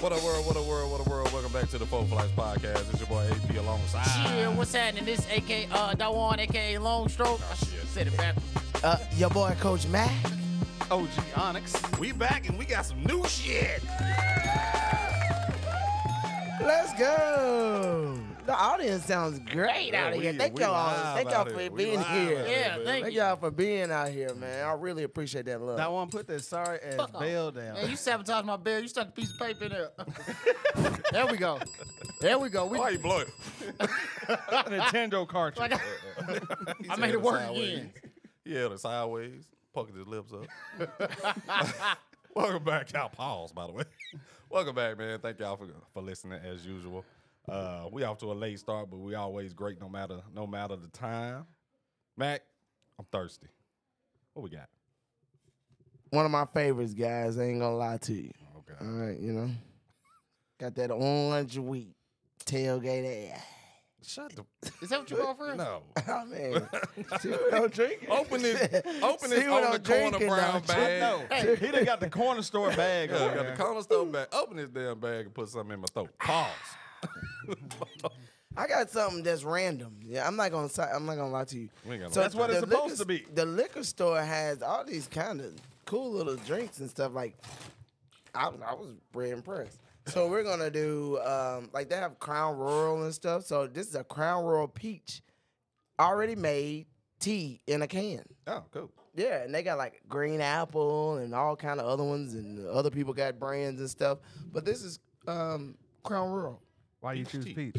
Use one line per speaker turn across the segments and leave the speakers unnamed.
What a world, what a world, what a world. Welcome back to the Four Flights Podcast. It's your boy AP alongside.
Shit, what's happening? This AK uh Dawan, aka Long Stroke. Oh, I
shit.
said it back.
Uh, your boy Coach Mac.
OG Onyx.
We back and we got some new shit.
Let's go. The audience sounds great
Yeah,
out
we-
here. Thank
we
y'all.
live
Thank y'all
out
for
here. We
being
live out
here.
here,
Yeah,
baby.
thank
Thank
you.
y'all for being out here, man. I really appreciate that love.
That one put that sorry ass
Fuck off.
bail down.
Man, you sabotaged my bed. You stuck a piece of paper in there. there we go. There we go. We,
Why you blow it?
Nintendo cartridge.
like,
He
I
said
made it work
sideways.
again.
Yeah, the sideways, puckered his lips up. Welcome back, y'all. Pause, by the way. Welcome back, man. Thank y'all for, for listening as usual. Uh, we off to a late start, but we always great no matter no matter the time. Mac, I'm thirsty. What we got?
one of my favorites, guys. I ain't gonna lie to you.
Okay.
All right, you know, got that orange wheat tailgate ass.
Shut the
Is that what you going for?
no.
Oh man, see what I'm drinking?
Open it. Open
See
it
what
on the corner
I'm drinking,
brown
don't you?
bag.
No, he done got the corner store bag.
Yeah, I
over
got
there.
the corner store bag. Open this damn bag and put something in my throat.
Ah.
Pause.
I got something that's random. Yeah, I'm not gonna. si- I'm not gonna lie to you.
We ain't got no-
That's what
the
it's supposed
liquor-
to be.
The liquor store has all these kind of cool little drinks and stuff. Like, I, I was very impressed. So we're gonna do um, like they have Crown Royal and stuff. So this is a Crown Royal peach, already made tea in a can.
Oh, cool.
Yeah, and they got like green apple and all kind of other ones, and other people got brands and stuff. But this is um, Crown Royal.
Why you choose peach?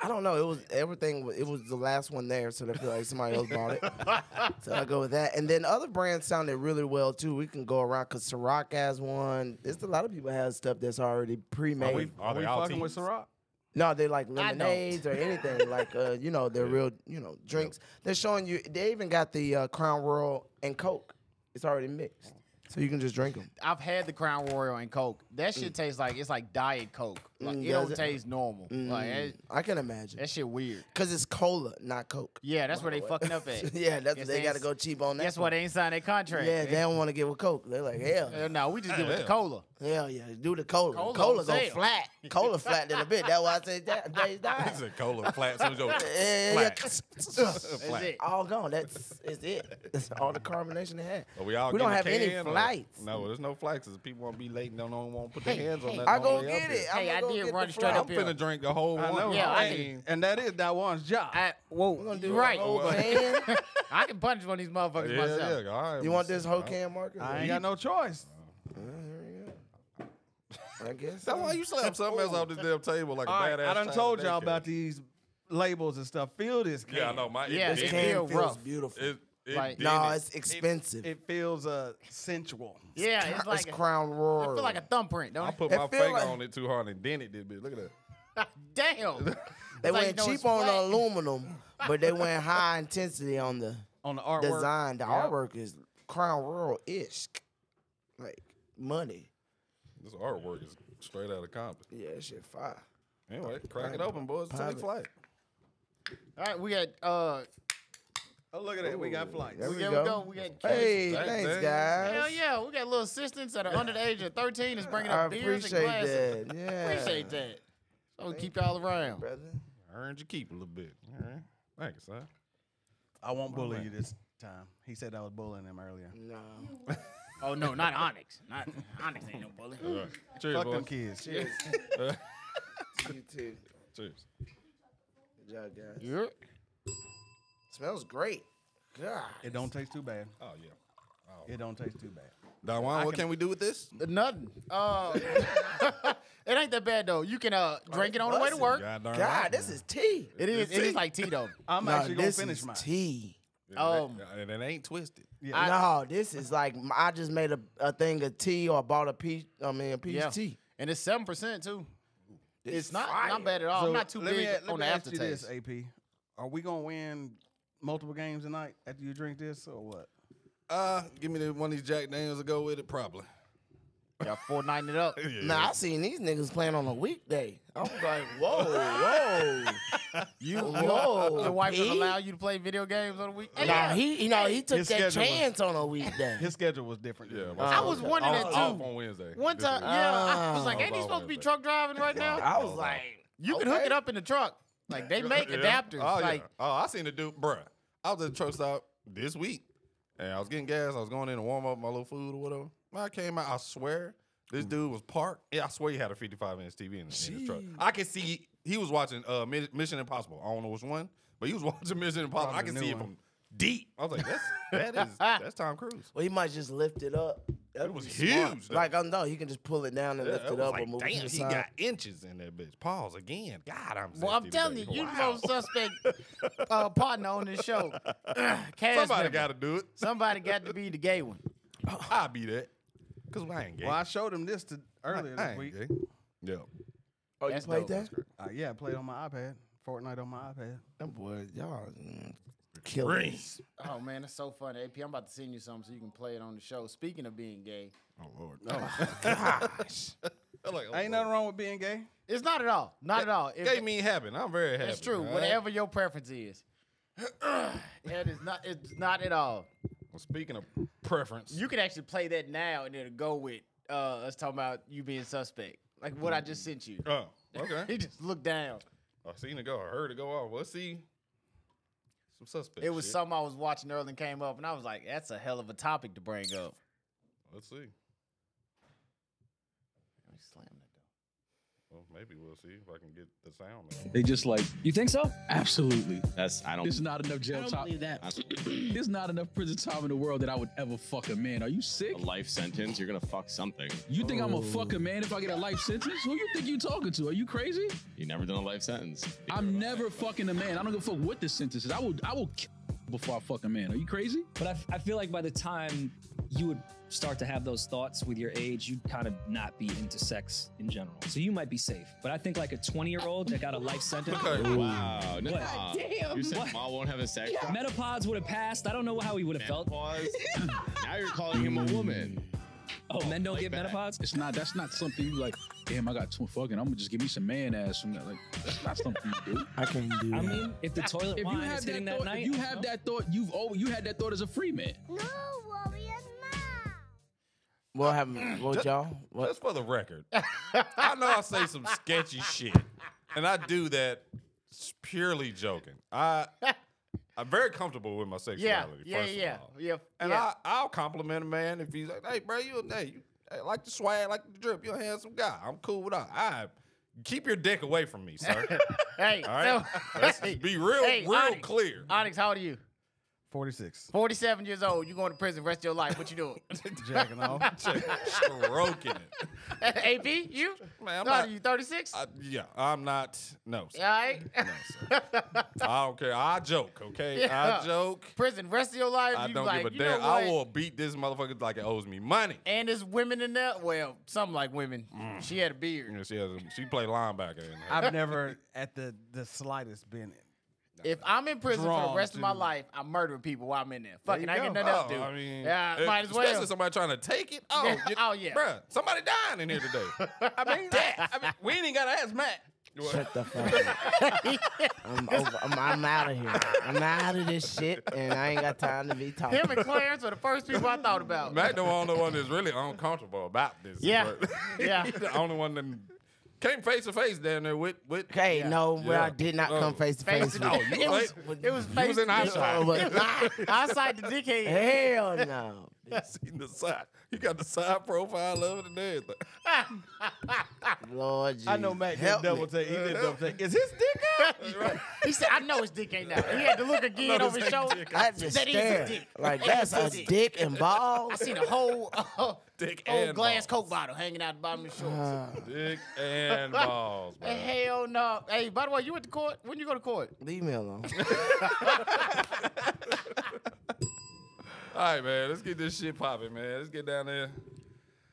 I don't know. It was everything. wa- It was the last one there, so they feel like somebody else bought it. so I go with that. And then other brands sounded really well too. We can go around because Ciroc has one. It's a lot of people have stuff that's already
Oh,
Are we,
pre-made.
are
Are we
all
fucking
teams?
with Ciroc?
No, they like
don't.
lemonades or anything. like uh, you know, they're real. You know, drinks. They're showing you. They even got the uh, Crown Royal and Coke. It's already mixed, so you can just drink them.
I've had the Crown Royal and Coke. That shit tastes like it's like diet Coke. Like
Mm,
it don't
does it? Mm.
taste normal. Like that,
I can imagine
that shit weird.
because it's cola, not Coke.
Yeah, that's where they fucking up at.
yeah, that's
Guess
they got to
ain't-
go cheap on that.
That's why
one.
they ain't signed their contract.
Yeah,
They-
they don't want to get with Coke. They're like, hell,
Hell no, we just get with the
Hell.
cola.
Hell yeah, do the cola.
Cola
Cola,
on
go
sale.
flat. Cola flat in a bit. That's why I say that days
He
die.
said cola flat. So your
Yeah, yeah,
flat.
yeah.
That's it.
All gone. That's it's it. That's all the carbonation they had.
Are we all
We don't
getting a
have any
can or-
flights.
No, there's no flights. 'cause people want to be late and don't, don't want to put
Hey,
their hands
hey.
on that.
I
on the
go
way
get
up
it.
there.
I'm
Hey, I
gonna go
did
get
run
the
straight
fly.
up
I'm finna drink the whole
I know.
one.
Yeah, I
and, and that is that one's job.
I, whoa,
We're gonna do
you
a
right.
whole
Well,
can.
I can punch one of these motherfuckers
yeah,
myself.
yeah. All right.
You want
we'll
this
see.
whole
I-
can marker?
I ain't got no choice.
I guess.
That's why you slapped something else off this damn table like a
All right,
badass.
I done
China
told y'all
daycare.
about these labels and stuff. Feel this can.
Yeah, I know. My
Yeah,
it,
this
did
This
can
it.
feel
can feels
rough.
beautiful.
It, it
Like-
did
no,
it.
it's expensive.
It feels uh sensual.
Yeah, it's like
It's Crown
I
Royal.
feel like a thumbprint. Don't
I
it?
put
It
my
feel
finger
like-
on it too hard and dented this bitch. Look at that.
Damn.
They
It's like,
went
no, it's
cheap on the
flat.
aluminum, but they went high intensity on the
On the artwork.
design. The
Yep.
artwork is Crown Royal ish, like money.
This artwork is straight out of Compton.
Yeah, that shit fire.
Anyway, crack it open, boys. Take
Pilot.
flight.
All right, we got uh
Oh, look at that. We got flights.
There we
there we
go.
go. We got
Hey,
Thanks,
thanks,
thanks.
guys.
Hell yeah, we got little assistants that are under the age of 13 that's bringing
I
up beers and
appreciate
glasses.
that. Yeah,
Appreciate that. So we keep y'all around.
brother.
Earned your keep a little bit. All right. Thank you, son.
I won't bully you this time. He said I was bullying him earlier.
Mm.
No,
Oh no, not Onyx. Not Onyx ain't no bully.
All right. Cheers,
Fuck
boys.
them kids.
cheers.
Uh,
you too.
Cheers.
Good job, guys.
Yeah.
Smells great. God,
It don't taste too bad.
Oh yeah.
It don't taste too bad.
Don Juan, what can we do with this?
Nothing. Uh, it ain't that bad though. You can uh drink it on the way to
bussin',
work.
God darn right.
God, this is tea.
It is. It is like tea though.
I'm
Nah,
actually gonna
this
finish
is
mine.
tea.
Um,
and it ain't twisted.
Yeah.
I-
no, this is like I just made a, a thing of tea or bought a peach. I mean, a peach
yeah.
tea.
And it's seven percent too. It's, not
fire.
not bad at all. Oh, I'm
So
not too
let
big
me, a- let
on
me
the
ask you
aftertaste.
this, AP. Are we gonna win multiple games tonight after you drink this or what?
Uh, give me the, one of these Jack Daniels to go with it, probably.
Y'all four ninety it up.
Yeah.
Now I seen these niggas playing on a weekday. I'm like, whoa, whoa, you, whoa.
Oh, Your wife doesn't
Pete?
allow you to play video games on the weekend.
Nah, he, you know, he took
His
that
schedule was-
chance on a weekday.
His schedule was different.
Yeah,
than
my
mine.
I
son
was
got
wondering
off-
that
off
too.
on Wednesday.
One
this
time,
week.
yeah, I was
Oh.
like, ain't he supposed to be truck driving right now?
I was like,
You can hook it up in the truck. Like they make
Yeah.
adapters.
Oh, yeah.
Like
oh, I seen the dude, bruh. I was at the truck stop this week, and I was getting gas. I was going in to warm up my little food or whatever. When I came out, I swear
Mm.
this dude was parked. Yeah, I swear he had a 55 inch TV in his, in his truck. I could see he was watching uh, Mi- Mission Impossible. I don't know which one, but he was watching Mission Impossible. I
Probably
could
the
see
new
it
one.
from deep. I was like, that's that is that's Tom Cruise.
well, he might just lift it up. That
It was huge, though.
Like, I know he can just pull it down and
Yeah,
lift
it
it
was
up
like,
or move it
damn,
to the
he
side.
got inches in that bitch. Pause again. God, I'm.
well, I'm
sensitive
telling you,
today.
you the
Wow.
most suspect uh, partner on this show. Cash
Somebody
member.
got to do it.
Somebody got to be the gay one.
I'll be that. Cause I ain't gay.
Well, I showed him this to, earlier
I
this
ain't
week.
gay. Yeah.
Oh, you
That's
played
dope.
that?
Uh, yeah, I played on my iPad. Fortnite on my iPad.
Them boys, y'all mm, killing.
Green.
me.
Oh man, that's so fun. AP, I'm about to send you something so you can play it on the show. Speaking of being gay,
Oh Lord. No.
Gosh.
like, oh,
Ain't
Lord.
nothing wrong with being gay.
it's not at all. Not at all. If-
Gay mean happen. I'm very happy.
It's true.
all right?
Whatever your preference is, it is not. It's not at all.
Well, speaking of preference,
You can actually play that now, and it'll go with uh, us talking about you being suspect, like what I just sent you.
Oh,
he
okay.
just looked down.
I seen it go. I heard it go off. Let's see. Some suspect.
It was
shit.
something I was watching earlier and came up, and I was like, "That's a hell of a topic to bring up."
Let's see.
Let me slam that
Well, maybe we'll see if I can get the sound. out.
They just like, you think so? Absolutely. That's I don't. There's not enough jail time. There's not enough prison time in the world that I would ever fuck a man. Are you sick?
a life sentence, you're gonna fuck something.
You think I'm a fuck a man if I get a life sentence? Who you think you talking to? Are you crazy?
You never done a life sentence.
I'm never fucking a man. I don't give a fuck what the sentence is. I will I will kill before I fuck a man. Are you crazy?
But I, I feel like by the time you would start to have those thoughts with your age, you'd kind of not be into sex in general. So you might be safe. But I think like a 20 year old that got a life sentence.
Okay.
Wow. No.
What?
damn. You said
What?
Ma won't have a sex. drive?
Metapods would have passed. I don't know how he would have felt.
Menopause. now you're calling him a woman.
Oh, men don't
like
get
that.
metapods?
It's not that's not something you like, damn, I got two fucking, I'm gonna just give me some man ass from that. Like, that's not something you do.
I can't do
I mean, if the toilet
If you
wine
have
is hitting
that
that,
thought,
night.
if you have that thought, you've always you had that thought as a free man.
No warriors now.
What happened? What y'all? What?
Just for the record, I know I say some sketchy shit, and I do that s- purely joking. I I'm very comfortable with my
down.
sexuality.
Yeah, yeah,
first of
yeah,
all.
yeah.
And
yeah.
I, I'll compliment a man if he's like, hey, bro, you, hey, you hey, like the swag, like the drip. You're a handsome guy. I'm cool with that. I keep your dick away from me, sir.
hey,
All right.
so-
Let's just be real,
Hey,
real
Onyx.
clear.
Onyx, how old are you?
46.
47 years old. You going to prison rest of your life. What you doing?
Jacking off.
Stroking it.
AP, you?
Man, I'm
How old
not-
are you? 36?
I, yeah, I'm not. No, sir.
All right.
I don't care. I joke, okay?
Yeah.
I joke.
prison rest of your life.
I
you
don't
like,
give a
you know
damn. I
what?
will beat this motherfucker like it owes me money.
And there's women in there. Well, some like women.
Mm.
She had a beard.
You know, she has. A, she played linebacker. In her.
I've never, at the the slightest, been.
If I'm in prison for the
Drawn
rest of my
to-
life, I'm murdering people while I'm in there. Fucking, I
you
ain't
go.
get nothing else to
Oh,
do.
I mean,
yeah,
if-
might as well.
Especially somebody trying to take it. Oh,
Yeah.
you-
Oh, yeah.
bruh, somebody dying in here today.
I mean, I mean, we ain't even got to ask Matt.
Shut the fuck up. I'm over. I'm, I'm out of here. I'm out of this shit, and I ain't got time to be talking.
Him and Clarence were the first people I thought about.
Mac the only one that's really uncomfortable about this.
Yeah.
but-
Yeah.
He's the only one that came face to face down there with with.
Okay, no, but
Yeah.
I did not
Oh.
come face to
Face
face
to-
with
No,
you.
you
it was,
ain't-
it was
you
face
was in
to-
eyesight.
Outside the dickhead.
Hell no.
I seen the side. You got the side profile of it and everything.
Lord Jesus.
I know Matt did
Help
double
me.
take. He did double take. Is his dick out?
He said, I know his dick ain't out. He had to look again
No,
over
this ain't
his shoulder.
dick.
I just
That is a
stared.
dick.
Like,
That is
that's
a
a
dick.
dick and balls.
I seen a whole, uh,
Dick
whole
and balls.
glass Coke bottle hanging out the bottom of his shorts.
Uh,
Dick and balls, man.
Hell no. Hey, by the way, you went to court? When you go to court?
Leave me alone.
All right, man. Let's get this shit popping, man. Let's get down there.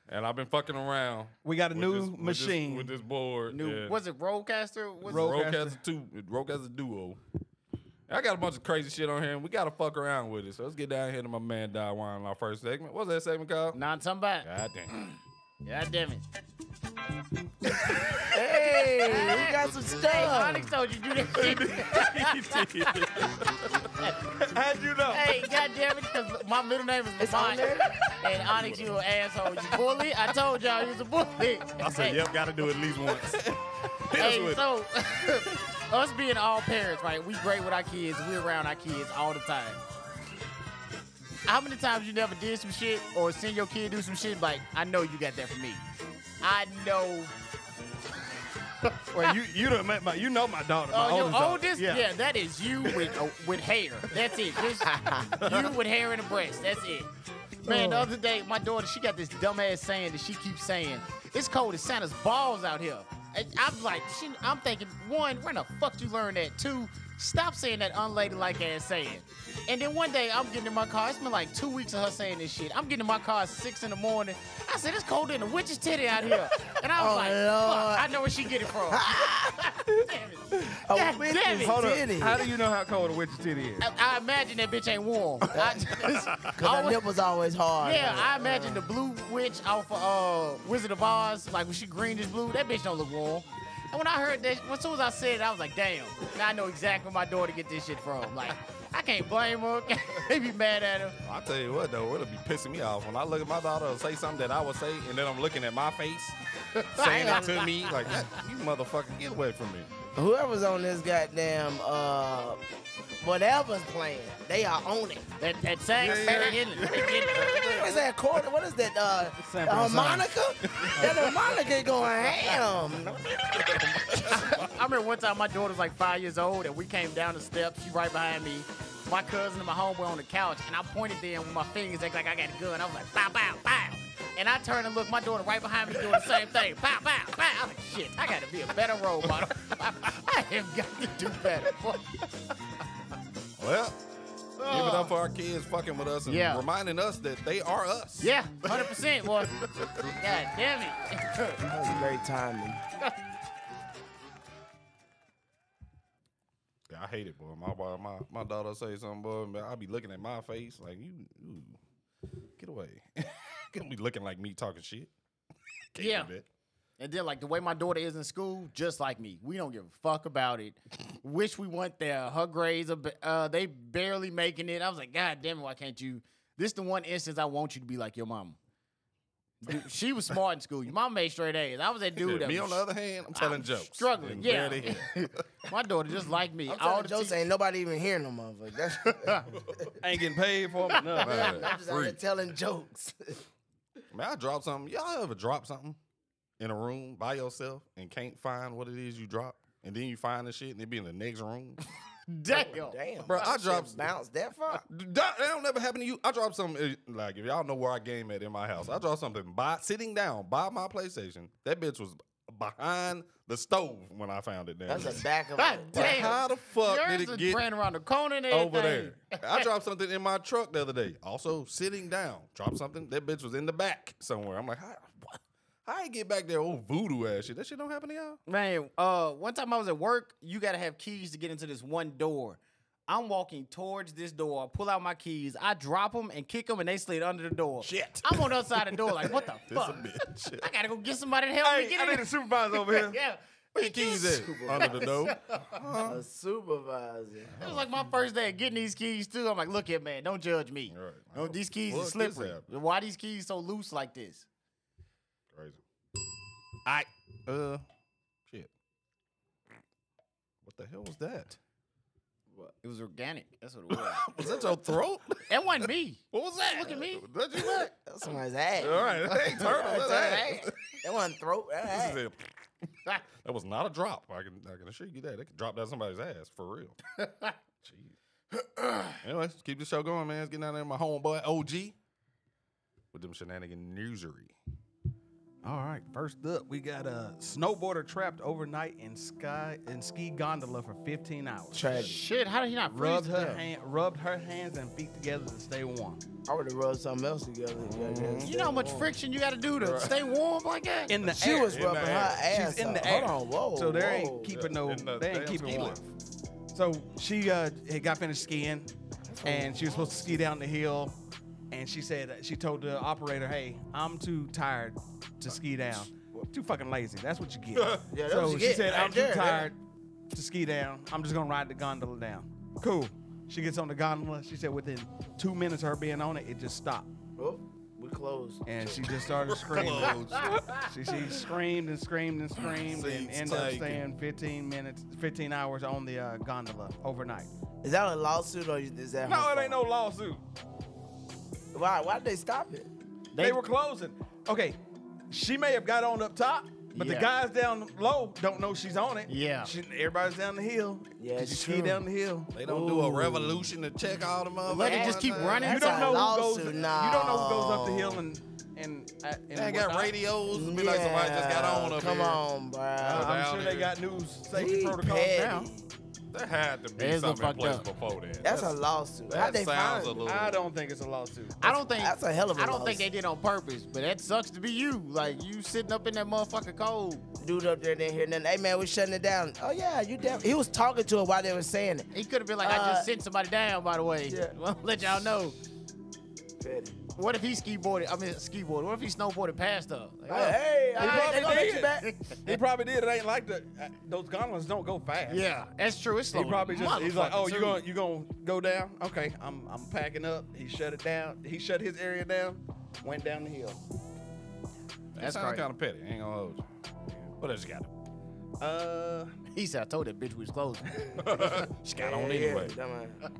And I've been fucking around.
We got a
with
new
this- with this-
machine.
with this, board.
New,
yeah.
Was it Roadcaster? Was
Road-
Roke
Rodecaster.
has a two. Roke has a duo. I got a bunch of crazy shit on here, and we gotta fuck around with it. So let's get down here to my man Don Wine in our first segment. What's that segment called?
it? Nah, somebody.
God damn.
God damn it.
Hey, we got some
Hey,
stuff.
Onyx told you do that shit.
How'd you know?
hey, God damn it, 'cause my middle name is
It's
Lamont.
on there?
And Onyx, you an asshole. You bully? I told y'all you was a bully.
I said,
Hey,
yep, got to do it at least once. Hit us
Hey,
with
so us being all parents, right? We great with our kids. We around our kids all the time. How many times you never did some shit or seen your kid do some shit? Like, I know you got that from me. I know.
it. Well, you you done met my you know my daughter, my
Oh, your
oldest, daughter.
oldest? Yeah. that is you with uh, with hair. That's it. Just you with hair and a breast. That's it. Man, the
Oh.
other day, my daughter, she got this dumbass saying that she keeps saying, it's cold as Santa's balls out here. And I'm like, she, I'm thinking, one, where the fuck you learn that? Two, stop saying that unladylike ass saying. And then one day, I'm getting in my car. It's been like two weeks of her saying this shit. I'm getting in my car at six in the morning. I said, it's colder than a witch's titty out here. And I was
Oh,
like,
Lord.
fuck, I know where she get it from. Damn it.
A
God
witch's
damn it.
Hold up.
titty.
How do you know how cold a witch's titty is?
I, I imagine that bitch ain't warm. I just,
Cause her
always-
nipples always hard.
yeah, I imagine the blue witch off of uh, Wizard of Oz, like when she greenish blue, that bitch don't look warm. And when I heard that, as soon as I said it, I was like, damn, now I know exactly where my daughter get this shit from. Like, I can't blame her. they be mad at her.
I tell you what though, it'll be pissing me off when I look at my daughter and say something that I would say, and then I'm looking at my face, saying it to me like, "God, "You motherfucker, get away from me."
Whoever's on this goddamn uh, whatever's playing, they are on it.
That, that sang Sarah Henley. Let me get it.
What is that chord? What is that? Uh,
San
the
Francisco.
harmonica? that harmonica going ham.
I remember one time my daughter was like five years old, and we came down the steps. She right behind me. My cousin and my homeboy on the couch, and I pointed there with my fingers, act like I got a gun. I was like, bow, bow, bow. And I turned and looked, my daughter right behind me doing the same thing. Bow, bow, bow. I'm like, shit, I gotta be a better role model. I have got to do better. boy.
Well, give it up for our kids fucking with us and
Yeah.
reminding us that they are us.
Yeah, 100%, boy. God damn it.
That was great timing.
Yeah, I hate it, boy. My boy, my my daughter say something, boy, man, I be looking at my face like, "You, you get away." Can't be looking like me talking shit. Can't do
Yeah.
that.
And then, like the way my daughter is in school, just like me, we don't give a fuck about it. Wish we went there. Her grades are ba- uh, they barely making it. I was like, God damn it, why can't you? This the one instance I want you to be like your mama. Dude, she was smart in school. Your mom made straight A's. I was that dude.
Yeah,
that
me
was
on the other hand, I'm telling jokes.
struggling.
and
Yeah,
barely-
my daughter just like me.
I'm
All
telling
the
Joe
te-
ain't nobody even hearing no motherfucker. That's I'm
I ain't getting paid for them. No.
Man,
just out here
freak.
telling jokes.
Man, I dropped something. Y'all ever drop something in a room by yourself and can't find what it is you dropped? And then you find the shit and it be in the next room.
damn.
Damn,
Bro, I
that shit
dropped-
bounced that far.
D- that that don't never happen to you. I dropped something uh, like if y'all know where I game at in my house. I dropped something by sitting down by my PlayStation. That bitch was behind the stove when I found it. Down
That's
there.
the back of
God
it.
Like,
damn.
how the fuck
Yours
did it
is
get
ran around the corner and
over
everything.
there? I dropped something in my truck the other day. Also sitting down, dropped something. That bitch was in the back somewhere. I'm like, how? What? How I get back there? Old voodoo ass shit. That shit don't happen to y'all.
Man, uh, one time I was at work, you gotta have keys to get into this one door. I'm walking towards this door, I pull out my keys, I drop them and kick them, and they slid under the door.
Shit.
I'm on the other side of the door, like, what the
This
fuck?
a bitch.
I gotta go get somebody to help me get in. here.
supervisor over here.
Yeah.
Where your keys at? Under the door.
A supervisor.
It was like my first day of getting these keys too. I'm like, look here, man, don't judge me.
Right.
No, these keys are
Fuck this
slippery.
happened.
Why these keys so loose like this?
Crazy. I uh shit. What the hell was that?
It was organic. That's what it was.
Was that your throat?
that wasn't me.
what was that?
Look at me.
That you what?
That's somebody's ass.
All right, that ain't turtle. That's
That's that
ass.
ass. That one throat. That
This
ass.
is a- that was not a drop. I can I can assure you that. That could drop down somebody's ass for real. Jeez. Anyways, keep the show going, man. It's getting out there. My homeboy OG with them shenanigan newsery.
All right. First up, we got a snowboarder trapped overnight in sky in ski gondola for 15 hours.
Tragic.
Shit, how did he not freeze
rubbed
to
her
death?
hand, rubbed her hands and feet together to stay warm.
I would have rubbed something else together.
You know how much friction you got to do to stay warm like that?
In the
She
air.
was rubbing her
She's
ass.
in
up.
the air.
Hold on, whoa.
So they
whoa.
ain't keeping no,
In the
they ain't
damn
keeping
ski
warm.
lift.
So she uh, had got finished skiing, and she was supposed to ski down the hill, and she said she told the operator, "Hey, I'm too tired to ski down. Too fucking lazy. That's what you get."
Yeah, that's
so
what you
she
get
said,
right
"I'm
there,
too
yeah.
tired to ski down. I'm just gonna ride the gondola down." Cool. She gets on the gondola. She said within two minutes of her being on it, it just stopped,
Oh, we closed.
and she just started screaming. she, she screamed and screamed and screamed, and
Seats
ended up
taken.
staying 15 minutes, 15 hours on the uh, gondola overnight.
Is that a lawsuit or is that?
No,
her
it ain't no
fault?
lawsuit.
Why? Why did they stop it?
They, were closing. Okay, she may have got on up top, but the
Yeah.
guys down low don't know she's on it.
Yeah.
She, everybody's down the hill.
Yeah,
Did
it's
you ski
true.
down the hill.
They don't do a revolution to check all the motherfuckers.
Let it just keep running.
you
That's a
don't know who goes.
lawsuit,
You don't know who goes up the
no.
hill and and uh, and
They ain't got
whatnot.
radios. It'd Be like somebody just got on up
Come
here.
on, bro.
Uh, I'm
down
sure
here.
they got new safety
He
protocols now.
petty.
There had to be
There's no
something in
fucked
place
up.
before then.
That's, a lawsuit. How
that
they
sounds
find
a
you?
little.
I don't think it's a lawsuit.
I don't think
That's a hell of a
I don't
loss.
think they did on purpose, but that sucks to be you. Like you sitting up in that motherfucking cold.
Dude up there didn't hear nothing. Hey man, we shutting it down. Oh yeah, you definitely. He was talking to her while they were saying it.
He could have been like, I
Uh,
just sent somebody down, by the way.
yeah.
Well, let y'all know.
Petty.
What if he ski boarded? I mean, ski boarded. What if he snowboarded past her? Like,
Hey, hey, all right, they
probably
gonna let you
did.
back.
He probably did. It ain't like the uh, those gondolas don't go fast.
yeah, that's true. It's
He
slow.
probably just he's like,
Motherfucker,
oh, you
too.
going you going to go down? Okay, I'm I'm packing up. He shut it down. He shut his area down. Went down the hill.
That
That's
sounds
crazy.
kind of petty. Ain't gonna hold you. What else you got?
Uh,
He said, I told that bitch we was closing.
She got on
Yeah, yeah,
anyway.
come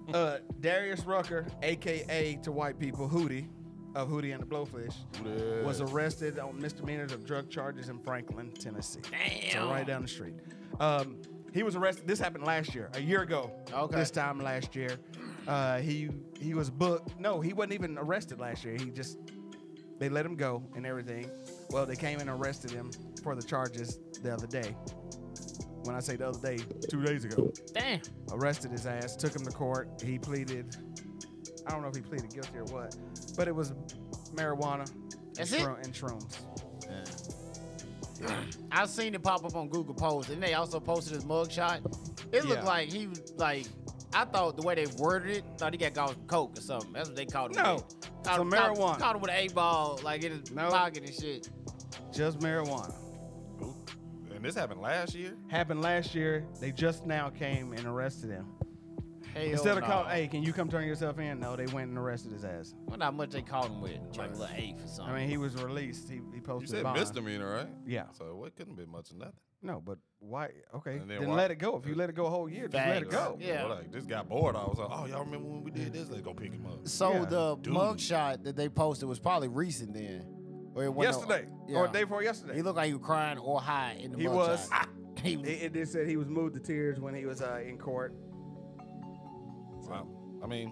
on.
uh, Darius Rucker, aka to white people Hootie, of Hootie and the Blowfish,
Hootie.
was arrested on misdemeanors of drug charges in Franklin, Tennessee. Damn. So right down the street. Um, he was arrested. This happened last year, a year ago.
Okay.
This time last year, uh, he he was booked. No, he wasn't even arrested last year. He just they let him go and everything. Well, they came and arrested him for the charges the other day. When I say the other day, two days ago
Damn.
arrested his ass, took him to court. He pleaded, I don't know if he pleaded guilty or what, but it was marijuana
That's
and,
it?
shroom- and shrooms.
I seen it pop up on Google Post, and they also posted his mugshot. It
Yeah.
looked like he was like, I thought the way they worded it, thought he got caught with coke or something. That's what they called him.
No.
with. Called him,
Some
caught-
marijuana.
Caught, him with an eight ball, like in his
No.
pocket and shit.
Just marijuana.
Ooh. And this happened last year.
Happened last year. They just now came and arrested him.
Hell
Instead of
no.
calling, hey, can you come turn yourself in? No, they went and arrested his ass.
Wonder how much they caught him with? Like a little eight or something.
I mean, he was released. He, he
You
posted
said
bond.
misdemeanor, right?
Yeah.
So what couldn't be much of nothing.
No, but why? Okay,
And then
then
why-
let it go. If you let it go a whole year, just let it
Facts.
go.
Yeah.
Well, like, this got bored. I was like, oh, y'all remember when we did this? Let's go pick him up.
so
yeah,
the
dude.
mugshot that they posted was probably recent then, or it wasn't-
Yesterday
yeah.
or day before yesterday.
He looked like he was crying or high in the
He
mugshot.
was.
he was.
it, it just said he was moved to tears when he was uh, in court.
Wow. I mean,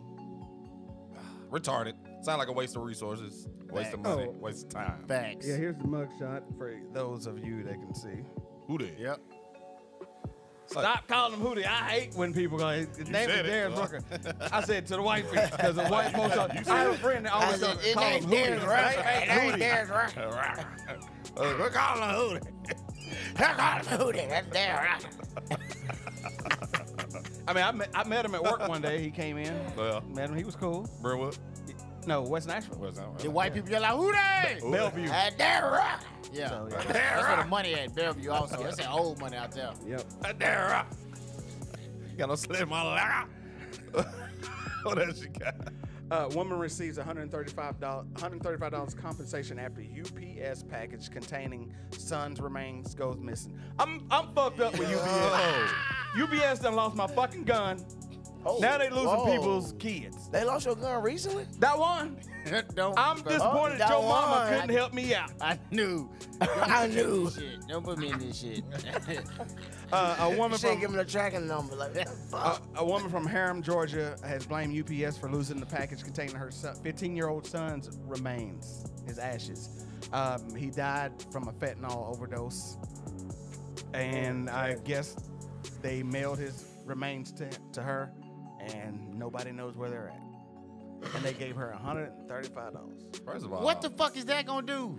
retarded. Sound like a waste of resources, waste of money,
Oh.
waste of time.
Facts.
Yeah, here's the mugshot for those of you that can see.
Who did?
Yep.
Stop calling him Hootie. I hate when people go, his name is
said it,
Darren
dog.
Rucker. I said to the white people, because the white folks are, I have a friend that always
said,
calls
it
him
ain't
Hootie.
Darren Rucker.
It ain't Darren Rucker.
Uh, We're calling him
That's there.
I mean, I met, I met him at work one day. He came in,
Well.
met him. He was cool.
Bro, what?
No, West Nashville.
What's that?
The white people yell out, "Who they?"
Who
Bellevue.
That's
uh,
there.
Yeah.
So, yeah.
That's where the money at Bellevue also. That's that old money out there.
Yep.
that there, uh, Got no slim my leg. What else you got?
Uh, woman receives $135, $135 compensation after UPS package containing son's remains goes missing. I'm, I'm fucked up with UPS. UPS done lost my fucking gun. now they losing
Oh, whoa.
people's kids.
They lost your gun recently.
That one,
Don't.
I'm disappointed
Oh, that
your mama
one.
couldn't help me out.
I knew.
I knew.
Shit, don't put me in this shit.
Uh, a woman
She
from
give him the tracking number. Like, what the
a,
fuck?
a woman from Harem, Georgia, has blamed UPS for losing the package containing her 15-year-old son's remains, his ashes. Um, he died from a fentanyl overdose, and I guess they mailed his remains to, to her, and nobody knows where they're at. And they gave her $135.
First of all,
what the fuck is that gonna do?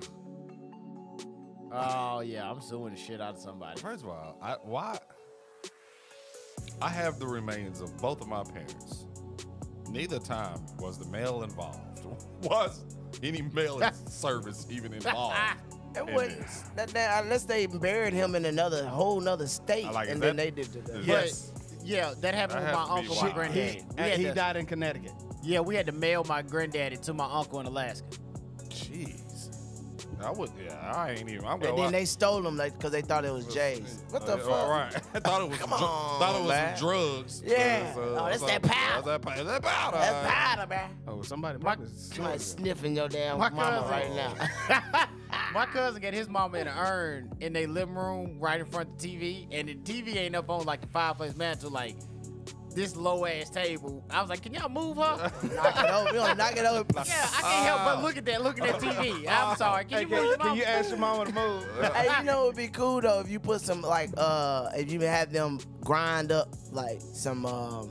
Oh yeah, I'm suing the shit out of somebody.
First of all, I why I have the remains of both of my parents. Neither time was the male involved. Was any male in service even involved?
It
in
wouldn't,
this?
that, that, unless they buried him in another whole nother state,
I like it.
and then
That-
they did the
Yeah.
yeah.
Yes.
But, yeah, that
That
happened with
has to
my
be
uncle,
wild.
my granddad.
He,
We had
he
to-
died in Connecticut.
Yeah, we had to mail my granddaddy to my uncle in Alaska.
Jeez. I would. Yeah, I ain't even. I'm
And
gonna.
then they stole him like because they thought it was Jay's. What the
Uh,
fuck?
All right. I thought it was.
Come
dru-
on,
thought it was
man.
some drugs. uh,
Yeah.
So,
Oh, that's
so-
that
That's
powder.
that powder. That powder.
That's powder, man.
Oh, somebody. probably
Somebody
smoked it.
sniffing your damn
My
mama
cousin.
right now.
My cousin got his mama in an urn in their living room right in front of the TV, and the TV ain't up on like the fireplace mantle, like this low ass table. I was like, "Can y'all move her?"
knock it over. You don't knock it over.
yeah, I can't help but look at that. Look at that TV. I'm sorry. Can you move
Can
mama?
you ask your mama to move? Uh,
hey, you know it would be cool though if you put some like uh if you have them grind up like some um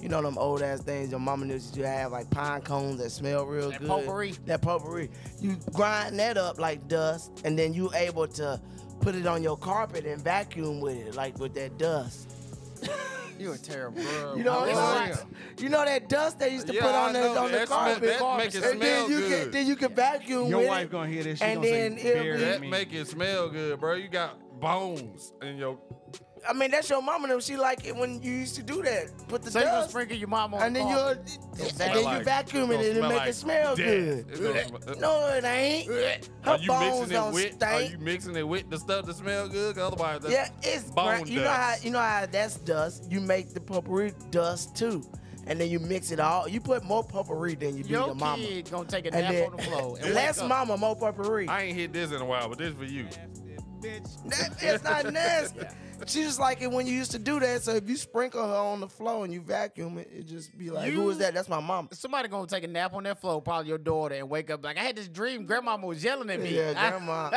you know them old ass things your mama used to have like pine cones that smell real
That
good.
potpourri.
That potpourri. You grind that up like dust and then you able to put it on your carpet and vacuum with it like with that dust.
You a terrible. Bro.
You know what I'm
yeah.
saying? You know that dust they used to
Yeah,
put
I
on the
know.
on the
That smell-
carpet.
that make it
and then
smell
you
good.
can then you can vacuum
Your
with
wife
it.
gonna hear this. She
and
gonna say,
then it'll
"Bury
be-
That
me."
make it smell good, bro. You got bones in your.
I mean that's your mama them. She like it when you used to do that. Put the
So you gonna
dust
sprinkle your mama on
And
the
then
carpet.
you're, and then you vacuum it and it make it smell good. No, it ain't. Her
Are you
bones
mixing it
don't
with? Are
stink.
you mixing it with the stuff that smell good? 'Cause Otherwise, that's
yeah, it's
bone
gra- you know how
dust.
you know how that's dust. You make the potpourri dust too, and then you mix it all. You put more potpourri than you do
Your
your mama.
kid gonna take a
And
nap
then
on the floor. and
less
wake up.
mama, more potpourri.
I ain't hit this in a while, but this for you.
That, it's not nasty. She just like it when you used to do that. So if you sprinkle her on the floor and you vacuum it, it just be like, who is that? That's my mama.
Somebody gonna take a nap on that floor, probably your daughter, and wake up like I had this dream. Grandmama was yelling at me.
Yeah, grandma,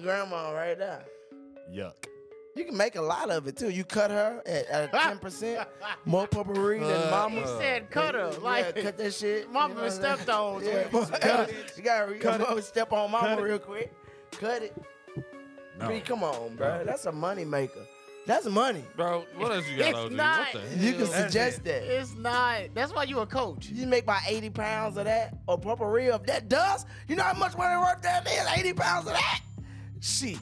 grandma, right there.
Yuck.
You can make a lot of it too. You cut her at ten percent more potpourri than
Uh,
mama.
he said, "Cut her."
Uh, Yeah,
Like
cut that shit.
Mama
what I'm saying?
stepped on.
Yeah, you gotta cut step on mama
Cut it.
real quick. Cut it. B, come on, bro. That's a money maker. That's money.
Bro, what else you got
It's
on
not-
What the
You can
hell?
suggest that.
It's not. That's why you a coach.
You make about 80 pounds of that or potpourri of that dust. You know how much money worth that is? 80 pounds of that? Shit.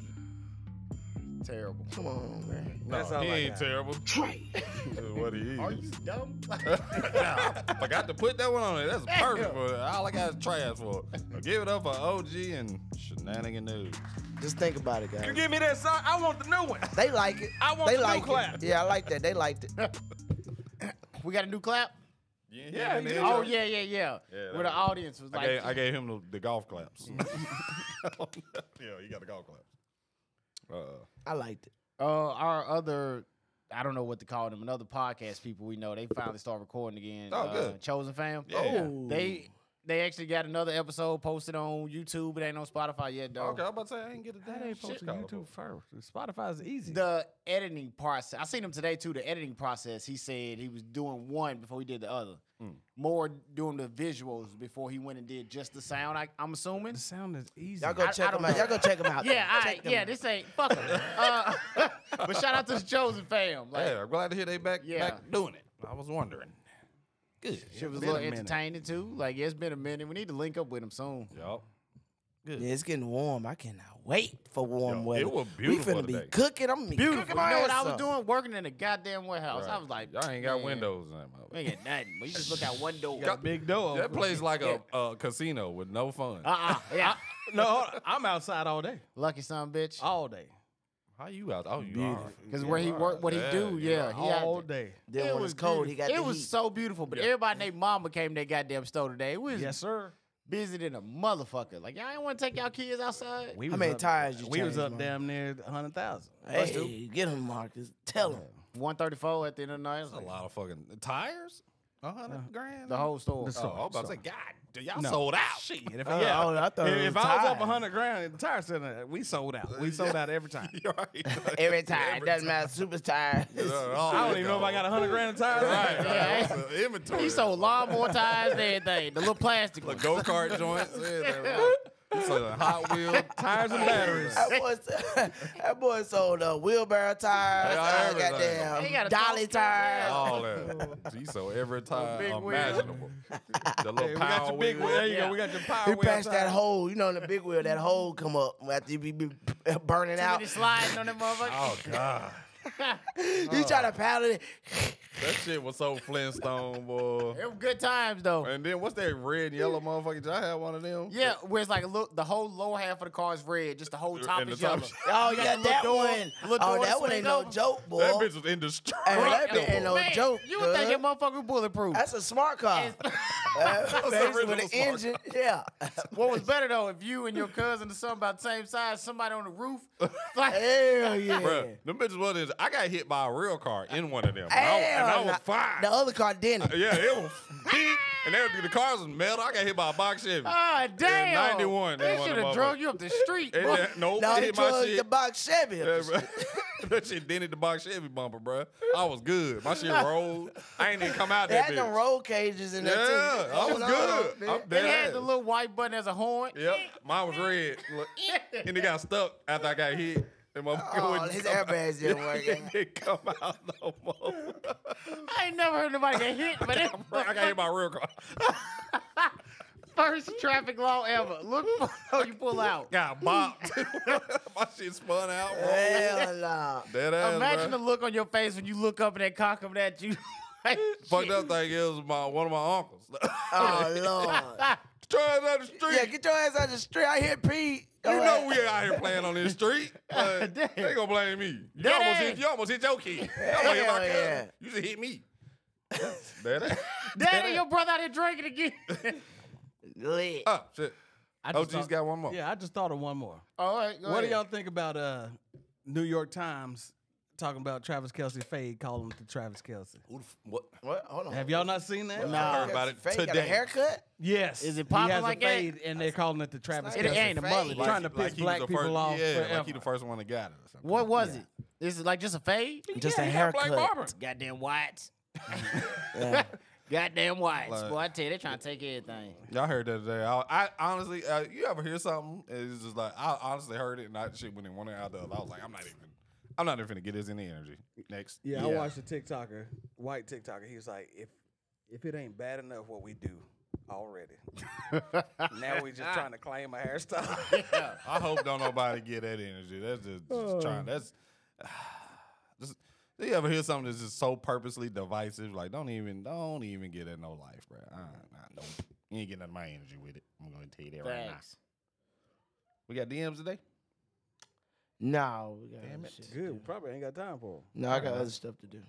Terrible.
Come on, man.
No,
That's all
he
I
ain't
got.
terrible. what he is.
Are you dumb?
Nah, I forgot to put that one on there. That's perfect for all I got is trash for. Now give it up for OG and Shenanigan News.
Just think about it, guys.
Give me that song. I want the new one.
They like it.
I want
they
the new
like
clap.
it. Yeah, I like that. They liked it.
we got a new clap.
Yeah,
Oh yeah, yeah, yeah.
that
Where the
was-
audience was
I
like,
gave, I gave him the, the golf claps. yeah, you got the golf claps. Uh,
I liked it.
uh, our other, I don't know what to call them, another podcast people we know. They finally start recording again.
Oh,
uh,
good.
Chosen fam.
Yeah.
Oh.
They they actually got another episode posted on YouTube. It ain't on Spotify yet though.
okay, I'm about to say I ain't get a damn shit called about it.
first. Spotify's easy.
The editing process. I seen him today too. The editing process. He said he was doing one before he did the other.
Hmm.
More doing the visuals before he went and did just the sound. I, I'm assuming.
The sound is easy.
Y'all go
I- I
check
don't
them out.
know.
Y'all go check them out.
Yeah,
Check
I,
them
yeah.
out.
This ain't fuck 'em. Uh, but shout out to the chosen fam. Like,
Hey, I'm glad to hear they back,
Yeah.
back doing it. I was wondering. Good.
It was a
been a
little
minute.
entertaining too. Like it's been a minute. We need to link up with him soon.
Yup.
Yeah, it's getting warm. I cannot wait for warm
Yo,
weather.
it was
We
beautiful
finna
today.
be cooking. I'm gonna be
Beautiful.
cooking
You
my
know what
ass
I was
off.
doing? Working in a goddamn warehouse. I
Right.
was like,
y'all ain't got
man,
windows in that motherfucker.
We ain't got nothing. We just look out one door.
Got-
Big door.
That place like a, a casino with no fun.
Uh-uh. Yeah.
no, hold on. I'm outside all day. Oh,
Lucky son, bitch.
All day.
How you out? Oh, you are.
Because where he worked, what he do,
you
yeah,
are.
he out
all
there.
day.
Then when it's cold, he got
It
the
was
heat.
so beautiful, but everybody, and their mama came to that goddamn store today. We was
Yes, sir.
busy than a motherfucker. Like y'all ain't want to take y'all kids outside.
We
How
was
many
up-
tires you
We was
changed,
up
man?
damn near 100,000.
Hey, get him, Marcus. Tell him.
One thirty four at the end of the night. It's
That's a
like
lot of fucking tires. A hundred grand.
The whole store.
The
Oh,
store.
I'm about to
store.
say, God, dude, y'all
No.
sold out. Uh, Shit.
If,
Oh,
yeah,
oh, I thought it
if, if
was
I was up
tires.
100 grand, the tire center, we sold out. We sold out every time.
You're right.
Every time. doesn't matter. Super tired.
I don't even know if I got 100 grand in tires.
Right, right.
Yeah.
What's the inventory.
He sold lawnmower tires, and everything. The little plastic.
the
ones.
go kart joints. everything, right? So the Hot Wheels, tires and batteries.
That boy, that boy sold uh, wheelbarrow tires, uh,
everything.
He got
goddamn
a
dolly
dog-
tires.
All that. He sold every tire
big wheel.
uh, imaginable. The little
Hey, we
power
got your big wheel. There you go. We got your power
He
wheel.
passed that
tires.
hole, you know, in the big wheel, that hole come up after you be, be burning out.
Somebody sliding on that motherfucker.
Oh God,
He try
Uh.
to paddle it.
that shit was so Flintstone, boy.
It was good times though.
And then what's that red and yellow motherfucker? Did I have one of them?
Yeah, where it's like a look, the whole lower half of the car is red, just the whole top
And
is
the top
yellow.
is-
Oh, yeah,
the
that
little door-
one.
little
Oh,
door
that one
swing
ain't no
over.
joke, boy.
That bitch was indestructible.
Hey, that bitch ain't no
Man,
joke.
You would think that
cuz.
motherfucker was bulletproof.
That's a smart car. Uh,
the
basically
original
with an
smart
engine, yeah.
what was better though, if you and your cousin or something about the same size, somebody on the roof, like
Hell yeah.
Bruh, them bitches was ins- I got hit by a real car in one of them. and I, was-
Hell
and I
nah.
was fine.
The other car didn't.
Yeah, it was deep. And everything, the cars was metal. I got hit by a box Chevy.
Oh,
ah damn,
91, they
They
wanted
should
motherfucker.
have drug you up the street.
And
bro.
that- no,
No,
it
he
hit my
drug
shit.
the box Chevy. up
Yeah,
the
bro. that shit dented the box Chevy bumper, bruh. I was good. My shit rolled. I ain't even come out
They
that
had
bitch.
them roll cages in
yeah,
there too.
I was good. I'm
They
dead
had
ass.
the little white button as a horn.
Yep, mine was red. Look. and it got stuck after I got hit. And my
Oh, his airbags didn't work.
It didn't come out no more.
I ain't never heard nobody get hit, but that
Bruh, I got hit by a real car.
first traffic law ever. Look before you pull out.
Got bopped. my shit spun out. Bro.
Hell no.
Dead ass.
Imagine
bruh.
the look on your face when you look up and that cock coming at you. like,
Fucked
shit.
up thing is my one of my uncles.
Oh lord.
Trying out the street.
Yeah, get your ass out the street. I hear Pete.
You
All
know
right.
we out here playing on this street. Uh, they
Damn.
gonna blame me. You
That
almost, hit,
ass.
you almost hit your kid. You almost hit my
Hell
cousin.
yeah.
You should hit me. that ass.
Daddy, your brother out there drinking again.
Lit.
Oh, shit.
I
OG's
just thought-
got one more.
Yeah, I just thought of one more.
All right, go
What do
ahead.
y'all think about uh, New York Times talking about Travis Kelsey fade calling him to Travis Kelsey?
Who the f- What?
What? Hold on.
Have y'all not seen that?
I heard about it
Fake got a
today.
haircut?
Yes.
Is it
He
popping
has
like
a
that?
fade, and they're calling it the Travis
It
Kelsey.
ain't a
fake.
mullet.
Like-
trying to piss
he was
black
the
people
first,
off
Yeah,
forever.
like he the first one that got it. Or something.
What was it? Is it like just a fade?
Just a
Black barber.
haircut.
Goddamn whites.
Yeah.
Goddamn whites.
Like-
Boy, I tell you, they're trying to take everything.
Y'all heard that today. I, I honestly, uh, you ever hear something? and It's just like I honestly heard it, and I shit went in one ear out the other. I was like, I'm not even, I'm not even gonna get this in the energy. Next,
Yeah, I watched a TikToker, white TikToker. He was like, if if it ain't bad enough what we do already, now we just trying to claim a hairstyle.
I hope don't nobody get that energy. That's just,
Oh.
just trying. That's just. Do you ever hear something that's just so purposely divisive? Like, don't even, don't even get that no life, bro. Uh, nah, nope. You ain't getting none of my energy with it. I'm gonna tell you that right now.
Facts.
We got DMs today.
No, we got other shit.
Good, we probably ain't got time for 'em.
No, I got other stuff to do.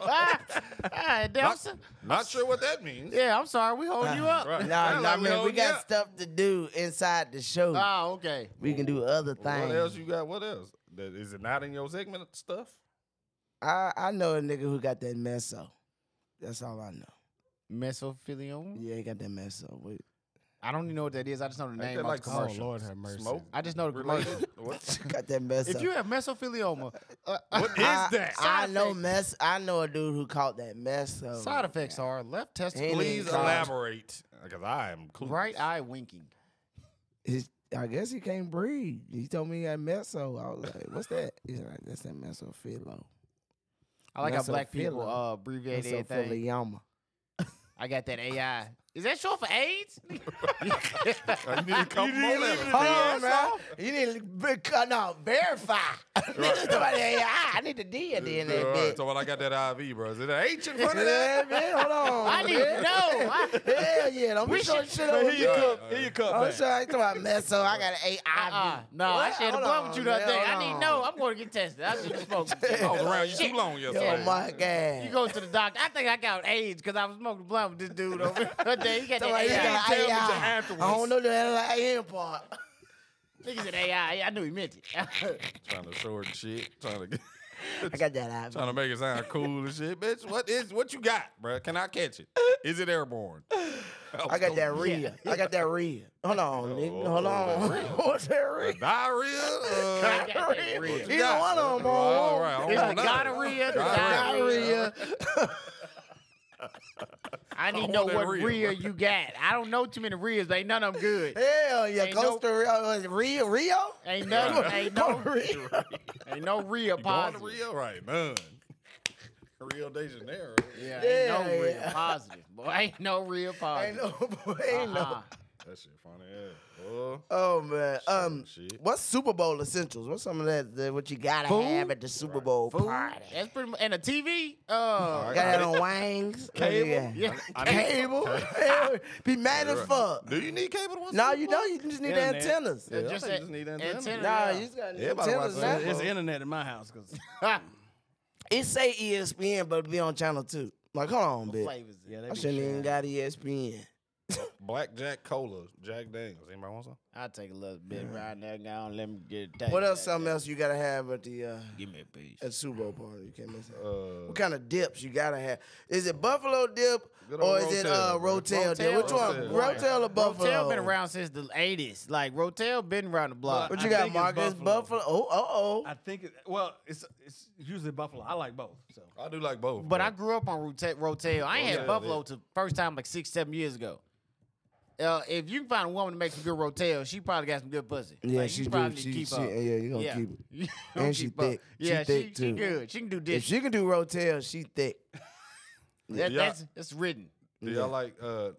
Ah, damn, I'm so-
Not sure what that means.
yeah, I'm sorry. We holding
Ah,
you up.
Right.
No,
Sound like
no, man, we
holding
got
up.
stuff to do inside the show.
Oh, okay.
we can do other
What else
things.
you got? What else? That- Is it not in your segment stuff?
I, I know a nigga who got that meso. That's all I know.
Mesophilioma.
Yeah, he got that meso. Wait.
I don't even know what that is. I just know the name
that
of
like
the commercial.
Lord
have mercy.
Smoke?
I just know the commercial.
related? what?
got that mess
If
up.
you have mesophilioma, uh,
What is
I,
that?
I
Side
know
effects.
mess. I know a dude who caught that mess. Up.
side effects are left testicle,
Oh, Ain't it
Please
God.
elaborate, because I am clueless.
right eye winking.
His, I guess he can't breathe. He told me he got meso. I was like, "What's that?" He's like, "That's that mesophilo."
I like how black people
Mesophilo-
uh, abbreviate everything.
Mesophilioma.
I got that AI. Is that short for AIDS?
Oh, You need a couple more letters.
Hold on, man. You didn't be- cut- no verify. Nigga, somebody, yeah, I I need the D at the end of
All
that
right,
bit.
so when I got that IV, bro, is it an H in front of that?
Yeah, man, hold on.
I need to
man.
know. I-
Hell yeah, don't be showing shit over
you
here.
cup, here you
cup.
I'm sorry, I talking about meso. I got an A I
Uh-uh.
V.
No, I
What?
shared a
Hold
blunt with
on,
you the other
man,
day. I
hold
need
on.
to know. I'm going to get tested. I should have spoken to
I
you.
was around you
Shit.
too long
Oh
yesterday.
my god.
You go to the doctor. I think I got AIDS because I was smoking blunt with this dude over here. the other day. He got that
Somebody
AI.
got AI. I don't know the AI part.
Niggas said AI. I knew he meant it.
Trying to short shit, trying to get-
I got that
trying
IV.
to make it sound cool and shit, bitch. What is what you got, bro? Can I catch it? Is it airborne?
I got that Rhea. I got that Rhea. Hold on, nigga. Hold on. What's that Rhea?
diarrhea. Uh,
I got that real.
Either one of them, bro.
All right, I don't
It's the
know.
gonorrhea, the
Gonorrhea.
diarrhea.
Diarrhea.
I need to
want
know
that
what
rib.
rear you got. I don't know too many rears. Ain't none of them good.
Hell yeah,
Ain't no-
Costa Rica, Rio, Rio.
Ain't none. ain't no. Ain't no rear
Going to
positive.
Rio, right? None. Rio de Janeiro.
Yeah,
Yeah,
ain't no real
yeah.
positive. Boy, ain't no real
Ain't
positive.
no, boy, ain't no.
Uh-uh.
That shit funny. Yeah. Oh,
Oh man, um,
shit.
what's Super Bowl essentials? What's some of that, that what you gotta have at the Super Bowl
Food.
party?
That's pretty much. And a TV. Uh,
Got that on wings,
Cable?
Yeah.
yeah.
I need-
cable. Hell, Be mad as fuck.
Do you need cable to watch?
No,
Super
you
Bowl?
don't. You just need
Yeah, man.
antennas.
Yeah, I think
just a-
you just need that
antenna.
antenna.
Nah,
yeah.
you just got
Everybody
antennas
watches
now.
that.
It's the internet in my house because
It say E ESPN, but it be on channel two. Like, hold on, bitch.
flavors.
yeah, they
I
be
shouldn't even
trash.
got E ESPN.
Blackjack Cola, Jack Daniels. Anybody want some?
I'll take a little bit right now. Go on, let me get a taste.
What else? Something else you gotta have at the uh,
Give me a piece.
at Super Bowl party? You can't miss it.
Uh,
What kind of dips you gotta have? Is it buffalo dip
Good
or
old
is it
Rotel,
uh,
bro.
rotel dip?
Rotel,
Which one?
Rotel.
Rotel or buffalo?
Rotel been around since the '80s. Like Rotel been around the block.
What
I
you got,
think it's
Marcus? Buffalo.
Buffalo.
Oh, oh, oh.
I think it, well, it's it's usually buffalo. I like both. So
I do like both.
But I grew up on Rotel. Rotel. I ain't
yeah,
had Buffalo
they-
to first time like six, seven years ago. Uh, if you can find a woman to make some good Rotel, she probably got some good pussy.
Yeah,
like,
she
you
do.
probably need
She-
to keep
she-
up.
yeah, you gonna
yeah.
keep it.
You gonna
And she
keep up.
thick. She
Yeah,
thick,
she
too.
good. She can do
If
dishes.
she can do rotel, she thick.
That,
Yeah.
That's that's written.
Do y'all like? Uh,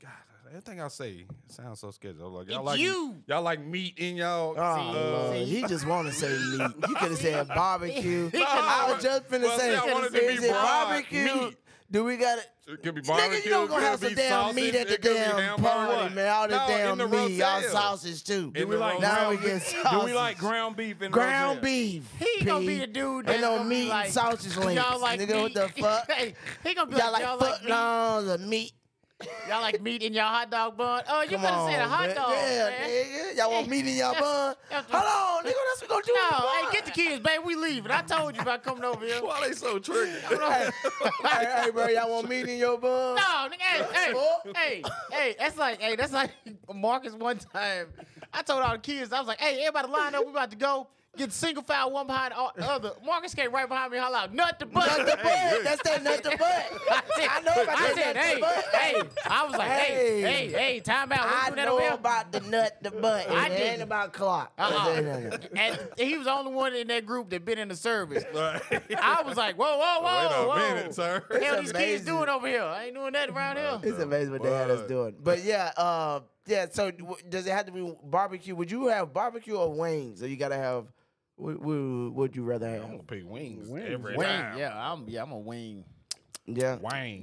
God, everything I say it sounds so sketchy. I'm like, y'all
It's
like
you.
all like meat in y'all. uh,
Oh,
Uh,
Lord. he just want to say meat. You could have said barbecue. I was just finna
Well, see,
say,
I wanted to
is
be
it
broad,
barbecue?
meat.
Do we got it?
It could be barbecue.
Nigga, you don't gonna
it
have
could
some
be
damn
sausage,
meat at the
it could be
damn
hamburger.
party, man. All this
No, in
damn
the
meat, all
Rotel.
sausage too.
In the Rotel.
now we get sausage.
do we like ground beef in
ground beef?
He gonna be
P.
the dude
Ain't
that's
no
gonna
meat
be like,
and sausage links.
Y'all like
Nigga,
meat.
what the fuck?
hey, he gonna be
Y'all
like,
like
y'all like
foot
meat.
longs of meat?
Y'all like meat in your hot dog bun? Oh, you
Come
could have
on,
said a hot
man.
dog.
Yeah,
man.
nigga. Y'all want meat in y'all bun?
That's what-
Hold on, nigga. That's what we gonna do. with
No,
the
hey,
bun.
get the kids, babe. We leaving. I told you about coming over here.
Why they so triggered?
hey, hey, bro, y'all want meat in your bun?
No, nigga, hey,
Fuck.
hey, hey, hey, that's like, hey, that's like Marcus one time. I told all the kids, I was like, hey, everybody line up, we about to go. Get single file one behind all the other. Marcus came right behind me, holla out, nut the butt.
Nut the butt. That's that nut the butt. I know about
I
that
said,
nut
hey,
the butt.
hey. I was like, hey,
Hey.
hey, hey, time out. What
I
you doing over
know
here?
about the nut the butt.
I
I it ain't
didn't.
about clock.
Uh-uh. and he was the only one in that group that been in the service.
Wait
I was like, whoa, whoa, whoa,
a
whoa.
minute, sir.
What the hell these kids
amazing.
doing over here? I ain't doing that around here.
It's amazing what they had us
Word.
doing. But yeah, uh, yeah. So w- does it have to be barbecue? Would you have barbecue or wings? Or you gotta have? What would you rather
I'm gonna
have?
pick wings,
Wings.
every
Wing,
time.
yeah, I'm yeah, I'm a wing.
Yeah,
Wang.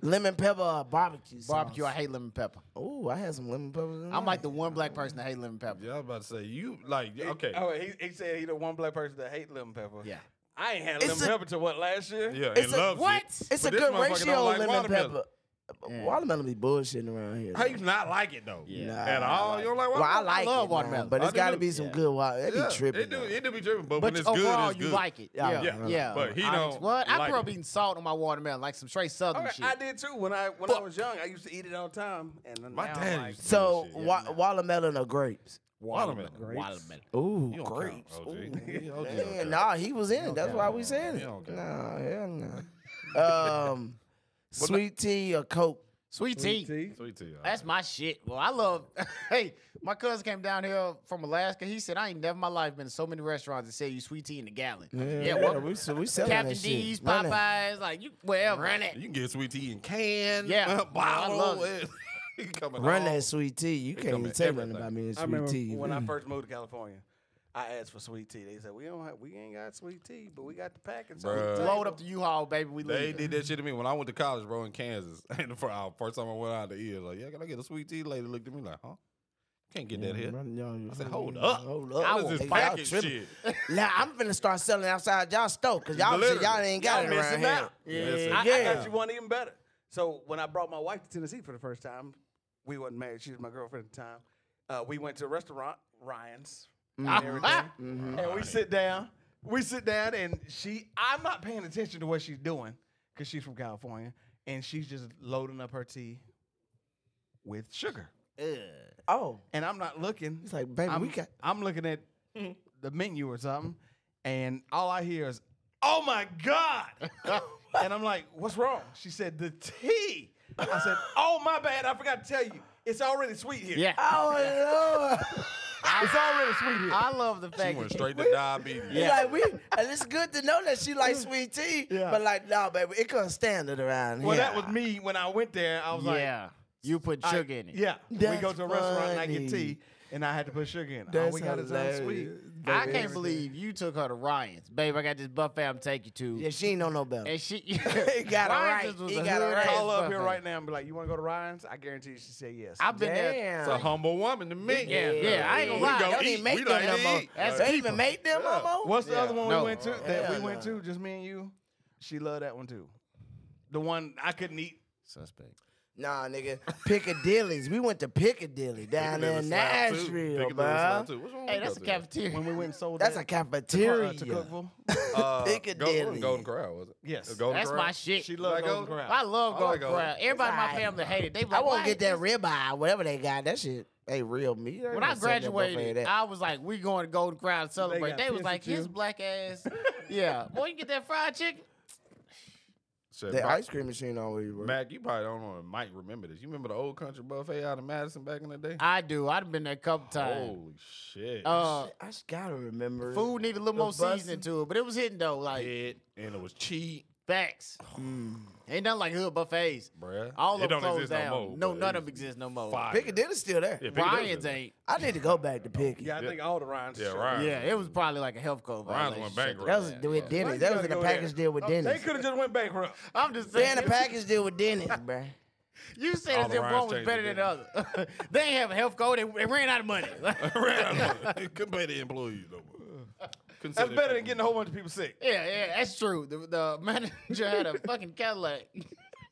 lemon pepper or barbecue. Sauce.
Barbecue, I hate lemon pepper.
Oh, I had some lemon pepper.
I'm like the one black person that hate lemon pepper.
Yeah, I was about to say you like yeah, okay.
Oh, he, he said he the one black person that hate lemon pepper.
Yeah.
I ain't had
It's
lemon
a-
pepper to what last year.
Yeah,
It's
and
a-
loves
What?
It.
It's a
But this
good
motherfucker
ratio
don't
of
like
lemon
watermelon.
pepper. Watermelon be bullshitting around here.
How you not like it though?
Yeah.
Nah.
At all? You don't like
Well, I
watermelon?
like
I love
it, man,
watermelon.
but
I
it's
do
got to
too.
be some good water. That
Yeah,
be tripping.
It do,
though.
it do be dripping, but,
But
when it's
overall,
good, it's
you
good.
like it.
Yeah,
Yeah,
yeah.
yeah.
But he
I
don't
just- What? I
like
grew
it.
up eating salt on my watermelon, like some straight southern
Okay,
shit.
I did too. When I when I was young, I used to eat it all the time. And then
My
now
dad
I'm like,
used to-
So
Bullshit, yeah,
wa- watermelon or grapes?
watermelon.
Watermelon.
Ooh,
You don't count,
grapes.
OG.
Ooh.
Yeah, OG don't
Yeah,
count.
nah, he was in it. That's why we
You
saying it.
don't count.
Nah, hell nah. Um, sweet tea or Coke?
Sweet tea.
See?
Sweet tea. all
That's
right.
my shit. Well, I love. hey, my cousin came down here from Alaska. He said I ain't never in my life been to so many restaurants that sell you sweet tea in a gallon. Yeah, well,
we, se- we selling
Captain
that shit.
D's,
Run that.
Popeyes, like you wherever. Run it.
You can get sweet tea in can.
Yeah.
bottle.
I love
you coming
Run
home.
that sweet tea. You can't
come
even
in
say nothing
everything.
about me in
I
sweet
remember
tea.
when I first moved to California, I asked for sweet tea. They said we don't have, we ain't got sweet tea, but we got the packets. on the
Bruh.
table."
Load up the U-Haul, baby. We
They
leave.
did that shit to me when I went to college, bro, in Kansas. And the fir- uh, first time I went out to eat, like, yeah, can I get a sweet tea? Lady looked at me like, huh? Can't get that here. I said, hold up.
Hold
What
up.
is this
Nigga, y'all
package
tripping.
shit?
Now I'm finna start selling outside y'all store because y'all shit,
Literally.
y'all ain't got
Y'all
it around
missing
here.
out.
Listen,
I, I
Yeah.
got you one even better. So when I brought my wife to Tennessee for the first time, we wasn't married. She was my girlfriend at the time. Uh, we went to a restaurant, Ryan's, and everything, and we sit down. We sit down, and she. I'm not paying attention to what she's doing because she's from California, and she's just loading up her tea with sugar,
Oh,
and I'm not looking.
it's like baby,
I'm,
we got.
I'm looking at the menu or something, and all I hear is, "Oh my god!" and I'm like, "What's wrong?" She said, "The tea."
I said, "Oh my bad, I forgot to tell you. It's already sweet here.
Yeah.
Oh Lord.
it's already sweet here."
I love the fact
She went
that
straight to diabetes.
Yeah. Like we, and it's good to know that she likes sweet tea. But like, no, baby, it couldn't stand it around
Well,
here.
that was me when I went there. I was like,
yeah, you put
I-
sugar in it.
Yeah, we
That's
go to a restaurant and I get
funny.
tea, and I had to put sugar in. it.
That's
oh, we got it sound sweet.
hilarious.
I can't believe you took her to Ryan's, babe. I got this buffet I'm taking you to,
Yeah, she ain't know no better.
and she
He got it
Ryan's
right.
was
He
a
got it
hood
right.
ass
Call up here
buffet.
right now and be like, "You want to go to Ryan's?" I guarantee you, she said yes.
I've been there.
It's a
Damn.
humble woman to me.
Yeah, yeah, I ain't gonna
We
lie.
go
They don't
eat.
even make
we
them
like
no
to
more.
eat.
That's
They even made them
Yeah.
almost.
What's the other one
No.
we went to that
Oh, Hell
we went
no.
to? Just me and you. She loved that one too. The one I couldn't eat.
Suspect.
Nah, nigga, Piccadilly's. We went to Piccadilly down there in Nashville, bro.
Hey, that's a cafeteria.
When we went and sold
That's a
that
cafeteria.
uh, to Cookville.
Piccadilly.
Uh, Golden, Golden Corral, was it?
Yes.
The Golden
That's
Corral?
my shit.
She loved
Like
Golden
Golden
Corral.
I love
I
going
like Golden
crowd. Everybody in my
It's
family hated. They like,
I won't
"Why
get
is
that ribeye, whatever they got. That shit ain't real meat. They
When
don't
I
sell that buffet
graduated,
that.
I was like, "We going to Golden Crown to celebrate."
got
They, was
pissed
like,
at you.
"His black ass, yeah, boy, you get that fried chicken."
Shit,
the
Mac-
ice cream machine always works.
Mac, you probably don't know, and Mike remember this. You remember the old country buffet out of Madison back in the day?
I do. I'd have been there a couple
Oh,
times.
Holy shit.
uh,
I just gotta remember. it.
food needed a little
The
more
bussin'.
seasoning to it, but it was hitting though. Like
Shit, and it was cheap,
facts,
Mm.
ain't nothing like hood buffets.
bruh.
All
it
of them
don't
closed
exist
down.
no more.
no,
but it
none of them
was
exist no more.
fire.
Piccadilly's still there.
Yeah, Piccadilly's
Ryan's
there.
ain't.
I need to go back to Picky.
Yeah, I think all the Ryan's.
Yeah,
shut
Ryan's.
Yeah, it was probably like a health code.
Ryan's
violation.
went bankrupt.
That was with Dennis. That
gotta
was in a
go there? Oh,
package deal with
They
Dennis.
could have just went bankrupt.
I'm just
They
saying.
in a package deal with Dennis, bruh.
You said
All
as
the
if one
Ryan's
was
changed their
better than the other. they ain't have a health code. They, they ran out of money.
It couldn't pay the employees no more. Couldn't
That's
send
better
it-
than getting a whole bunch of people sick.
Yeah, yeah, that's true. The, the manager had a fucking Cadillac.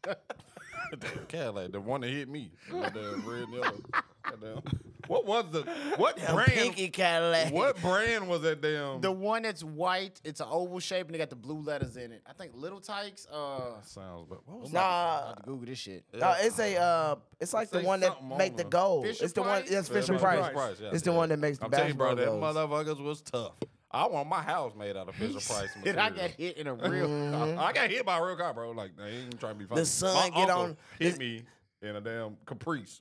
Damn Cadillac, the one that hit me. Goddamn red and yellow. Goddamn. What was the what brand?
Pinky Cadillac.
What brand was that damn?
The one that's white, it's an oval shape and they got the blue letters in it. I think Little Tykes. Uh,
sounds, but what was
I
Nah,
have to Google this shit.
No, it's a uh, it's like the
Say
one that
something on
make the
them.
gold.
Fisher
it's the one.
Price?
Yes,
that?
Fisher
Fisher
Price.
Price, yeah,
It's the
yeah.
one that makes the
I'm telling you, bro,
basketball
that
goals.
motherfuckers was tough. I want my house made out of Fisher Price
Did
material.
I get hit in a real
I- Oh, I got hit by a real car, bro. Like they ain't even trying to be funny.
sun
my
get
uncle
on-
hit me in a damn Caprice.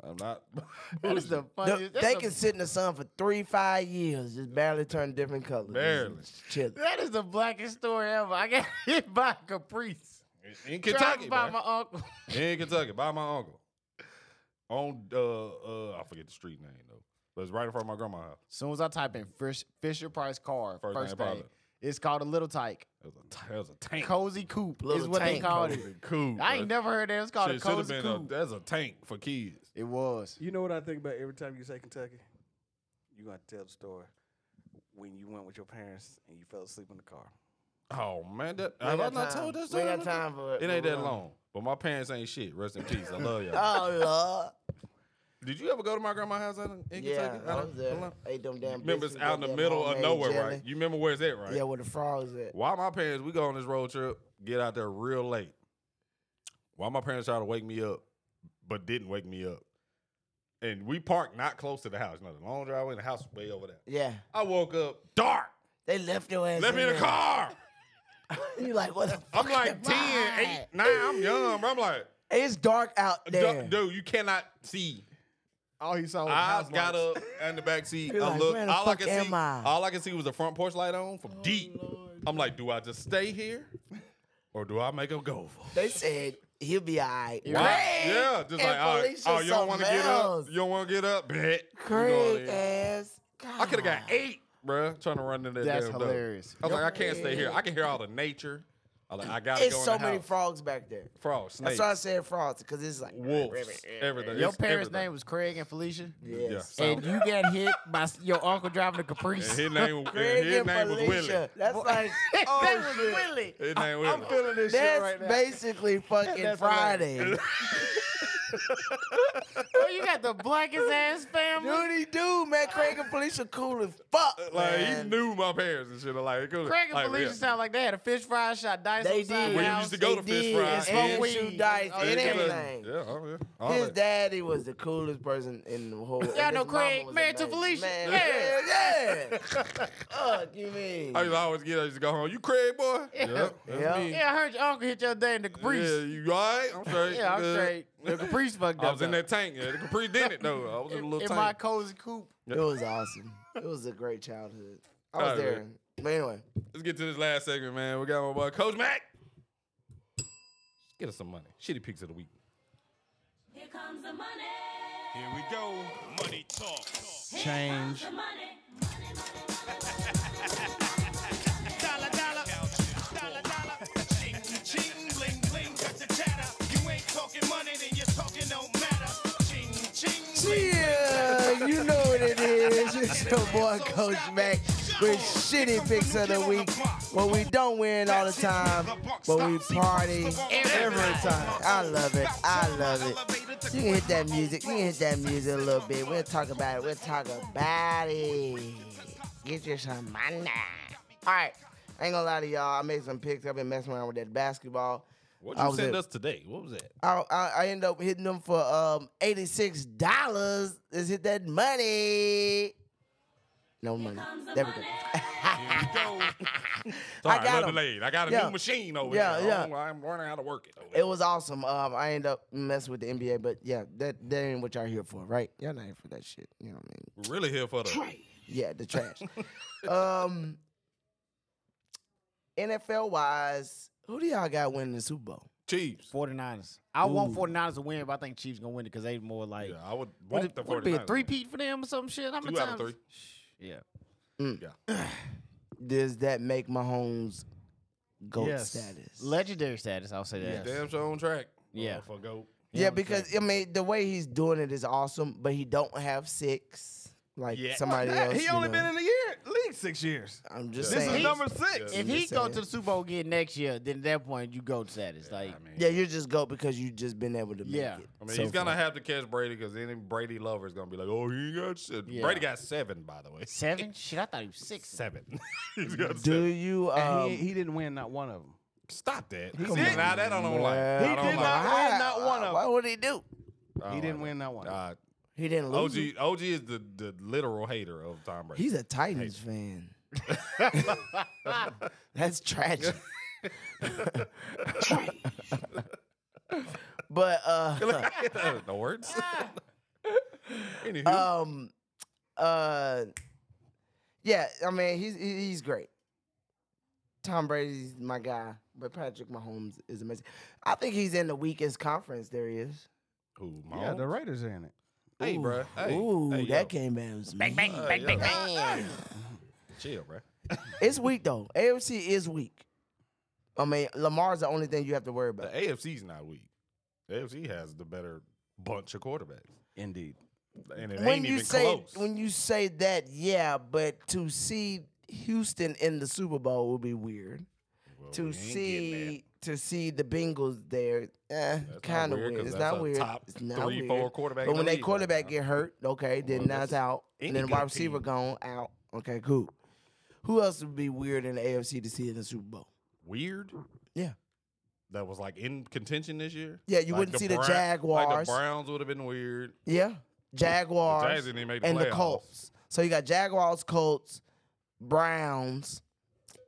I'm not.
That is the
The-
funniest. that's
they
the-
can sit in the sun for three, five years, just barely turn different colors.
Barely.
Chilling.
that is the blackest story ever. I got hit by a Caprice.
in
Kentucky,
Kentucky,
by
bro.
my uncle.
in Kentucky by my uncle. On uh, uh I forget the street name though, but it's right in front of my grandma's house.
As soon as I type in Fish, Fisher Price car,
First
first,
name
thing,
popped up.
it's called a Little Tyke.
It was a, t- it was a tank.
Cozy Coop is
Little
what they
Tank.
called
It
it.
was cool.
I ain't
bro.
never heard that. It's called
Shit
a
should've
Cozy
been
Coop.
A, that's a tank for kids.
it was.
You know what I think about every time you say Kentucky? You gonna tell the story when you went with your parents and you fell asleep in the car.
Oh man, that
We
have
ain't
I
got
not
time.
told that
We
story?
ain't got
already?
time for it.
It ain't
Moving
that
on.
long. But my parents ain't shit. Rest in peace. I love y'all.
Oh lord.
Did you ever go to my grandma's house out in in
Yeah,
Kentucky?
I
Out
was
in-
there.
Atlanta?
Ate them damn.
Remember, it's
biscuits,
out in the
that damn
middle of
homemade
nowhere,
jelly.
right? You remember where it's at, right?
Yeah, where the frogs at.
Why my parents? We go on this road trip. Get out there real late. Why my parents tried to wake me up, but didn't wake me up. And we parked not close to the house. No, the long driveway. The house was way over there.
Yeah,
I woke up dark.
they left your ass.
Left me in the
there.
car.
You like what? The
I'm
fuck am
like 10, 8,
I?
9. I'm young, bro. I'm like,
It's dark out there.
"Dude, dude, you cannot see
Oh,
All he saw was
I
house
got
lights.
up in the back seat.
You're
I
like,
looked.
"Where the
all I
fuck
could see,
am I?"
all I could see was the front porch light on from deep. I'm like, do I just stay here, or do I make a go for? it?
They said he'll be all right.
Why- Yeah, just like, all right, oh, you don't want to get up. You don't want to get up, bet. You go in
Craig
there.
ass.
I could have got eight, bruh, trying to run in that
That's
damn door.
hilarious.
I was like, I can't stay here. I can hear all the nature. I like, I gotta go
It's
in
so
the
many
house.
frogs back there.
frogs,
That's
snakes,
why I said frogs because it's like
wolves, everything.
Your
It's
parents'
everything.
name was Craig and Felicia,
Yes.
Yeah.
and you got hit by s- your uncle driving a Caprice.
And his name, and
Craig
his
and
name was
Felicia.
Willie.
That's like oh,
That was
shit.
Willie.
His name was
I'm feeling this shit
That's
right now.
basically fucking
That's
Friday.
Bro, you got the blackest ass family.
Dude, he do, man. Craig and Felicia cool as fuck.
Like
man.
he knew my parents and shit. Like it could've-
Craig and
like,
Felicia
yeah.
sound like they had a fish fry shot dice
They
outside
did.
When
the
you
house.
used to go to
They
fish
did.
fries,
And
yeah.
shoot dice
Oh,
and
Yeah,
everything.
Yeah, oh, yeah. All
His
that.
daddy was the coolest person in the whole. and his
know
mama
Craig
was
married to
amazing.
Felicia.
Man,
Yeah.
yeah, yeah. Fuck you mean?
I used to always get. I used to go home. You Craig boy? Yep. that's
Yeah.
me.
Yeah, I heard your uncle hit your day in the Caprice.
Yeah, you all right? I'm straight.
Yeah, I'm
Good.
straight. The Caprice fucked
I
up.
was in
though.
that tank. Yeah, the Capri did it though. I was in a little
in my
tank.
cozy coop.
It was awesome. It was a great childhood. I was
Alright,
there.
man.
But anyway,
Let's get to this last segment, man. We got my boy Coach Mac. Get us some money. Shitty picks of the week.
Here comes the money.
Here we go. Money talk.
Change.
The money.
Dollar, dollar. Dollar, dollar. Ching, ching, bling, bling. Cut the chatter. You ain't talking money, then you're talking no matter. Ching, ching,
yeah, you know what it is. It's your boy Coach Mac with shitty picks of the week. Where we don't win all the time, but we party every time. I love it. I love it. You can hit that music. You can hit that music a little bit. We'll talk about it. We'll talk about it. Get you some money. All right. I ain't gonna lie to y'all. I made some picks. I've been messing around with that basketball.
What
I
you
was
sent
at-
us today? What was that?
I, I, I end up hitting them for um eighty six dollars. Let's hit that money. No money. There we go.
Sorry,
I got
another
'em.
lane. I got a
Yeah.
new machine over
Yeah,
here.
yeah.
I'm, I'm learning how to work it. over
It was awesome. Um, I end up messing with the NBA, but yeah, that that ain't what y'all here for, right? Y'all not here for that shit. You know what I mean?
We're really here for the
Yeah, the trash. um, NFL wise, who do y'all got winning the Super Bowl?
Chiefs.
49ers. I want
Ooh.
49ers to win, but I think Chiefs gonna win it because they more like
Yeah, I would
would
want
it,
the
would it be a
49ers.
three-peat for them or some shit? How many
Two out
times?
of three.
Yeah.
Does that make Mahomes goat
Yes.
status?
Legendary status, I'll say that.
Damn sure on track.
Yeah.
Motherfucker, go.
Yeah, because I mean the way he's doing it is awesome, but he don't have six like
Yeah.
somebody else.
He
you
only
know.
been in the year league six years.
I'm just
This
This is
saying.
number six.
Yeah.
If
I'm
he
just
go
saying.
to the Super Bowl again next year, then at that point you go status. Like
I mean,
yeah, you're just goat because you just been able to make
Yeah.
it.
I mean
so
he's gonna
far.
have to catch Brady because any Brady lover is gonna be like, oh, he ain't got shit.
Yeah.
Brady got seven, by the way.
seven? shit, I thought he was six.
Seven. he's got
Do
seven.
you? Um,
And he, he didn't win not one of them.
Stop that.
Come
See,
on,
now that I don't like.
man.
I
He
don't
did
like
not
it.
win not one of
Why
them.
would he do?
I
He
don't
Oh,
didn't
like
win not one.
it. Uh,
He didn't lose.
OG
him?
OG is the, the literal hater of Tom Brady.
He's a Titans fan. That's tragic. but uh,
no words. Anywho,
um uh yeah i mean he's he- he's great tom brady's my guy but patrick mahomes is amazing i think he's in the weakest conference there is
who,
Yeah, the
Mahomes?
Raiders are in it.
Hey, bro. Hey,
ooh
hey,
that
yo.
came out as
Bang, bang, bang, bang, bang.
Chill, bro.
it's weak though afc is weak i mean lamar's the only thing you have to worry
The
about
AFC's not weak. The AFC has the better bunch of quarterbacks,
Indeed.
and it
when
ain't
you
even
say
close.
when you say that yeah but to see houston in the super bowl would be weird
Well, we
to
ain't getting that.
see to see the Bengals there, eh,
not
kind of
weird,
weird.
'cause
It's
that's
not
a
weird.
top
It's not
three,
weird.
four quarterback in
But when
the
they
league right
quarterback
now.
get hurt, okay, then
Well,
now it's
that's
out.
any
And then
good
wide receiver
team.
gone out. Okay, cool. Who else would be weird in the AFC to see in the Super Bowl?
weird.
Yeah.
That was like in contention this year.
Yeah, you
Like
wouldn't see the
Brown- Like
Jaguars.
the Browns would have been weird.
Yeah, Jaguars
The Jags didn't even make the
and the
playoffs.
Colts. So you got Jaguars, Colts, Browns.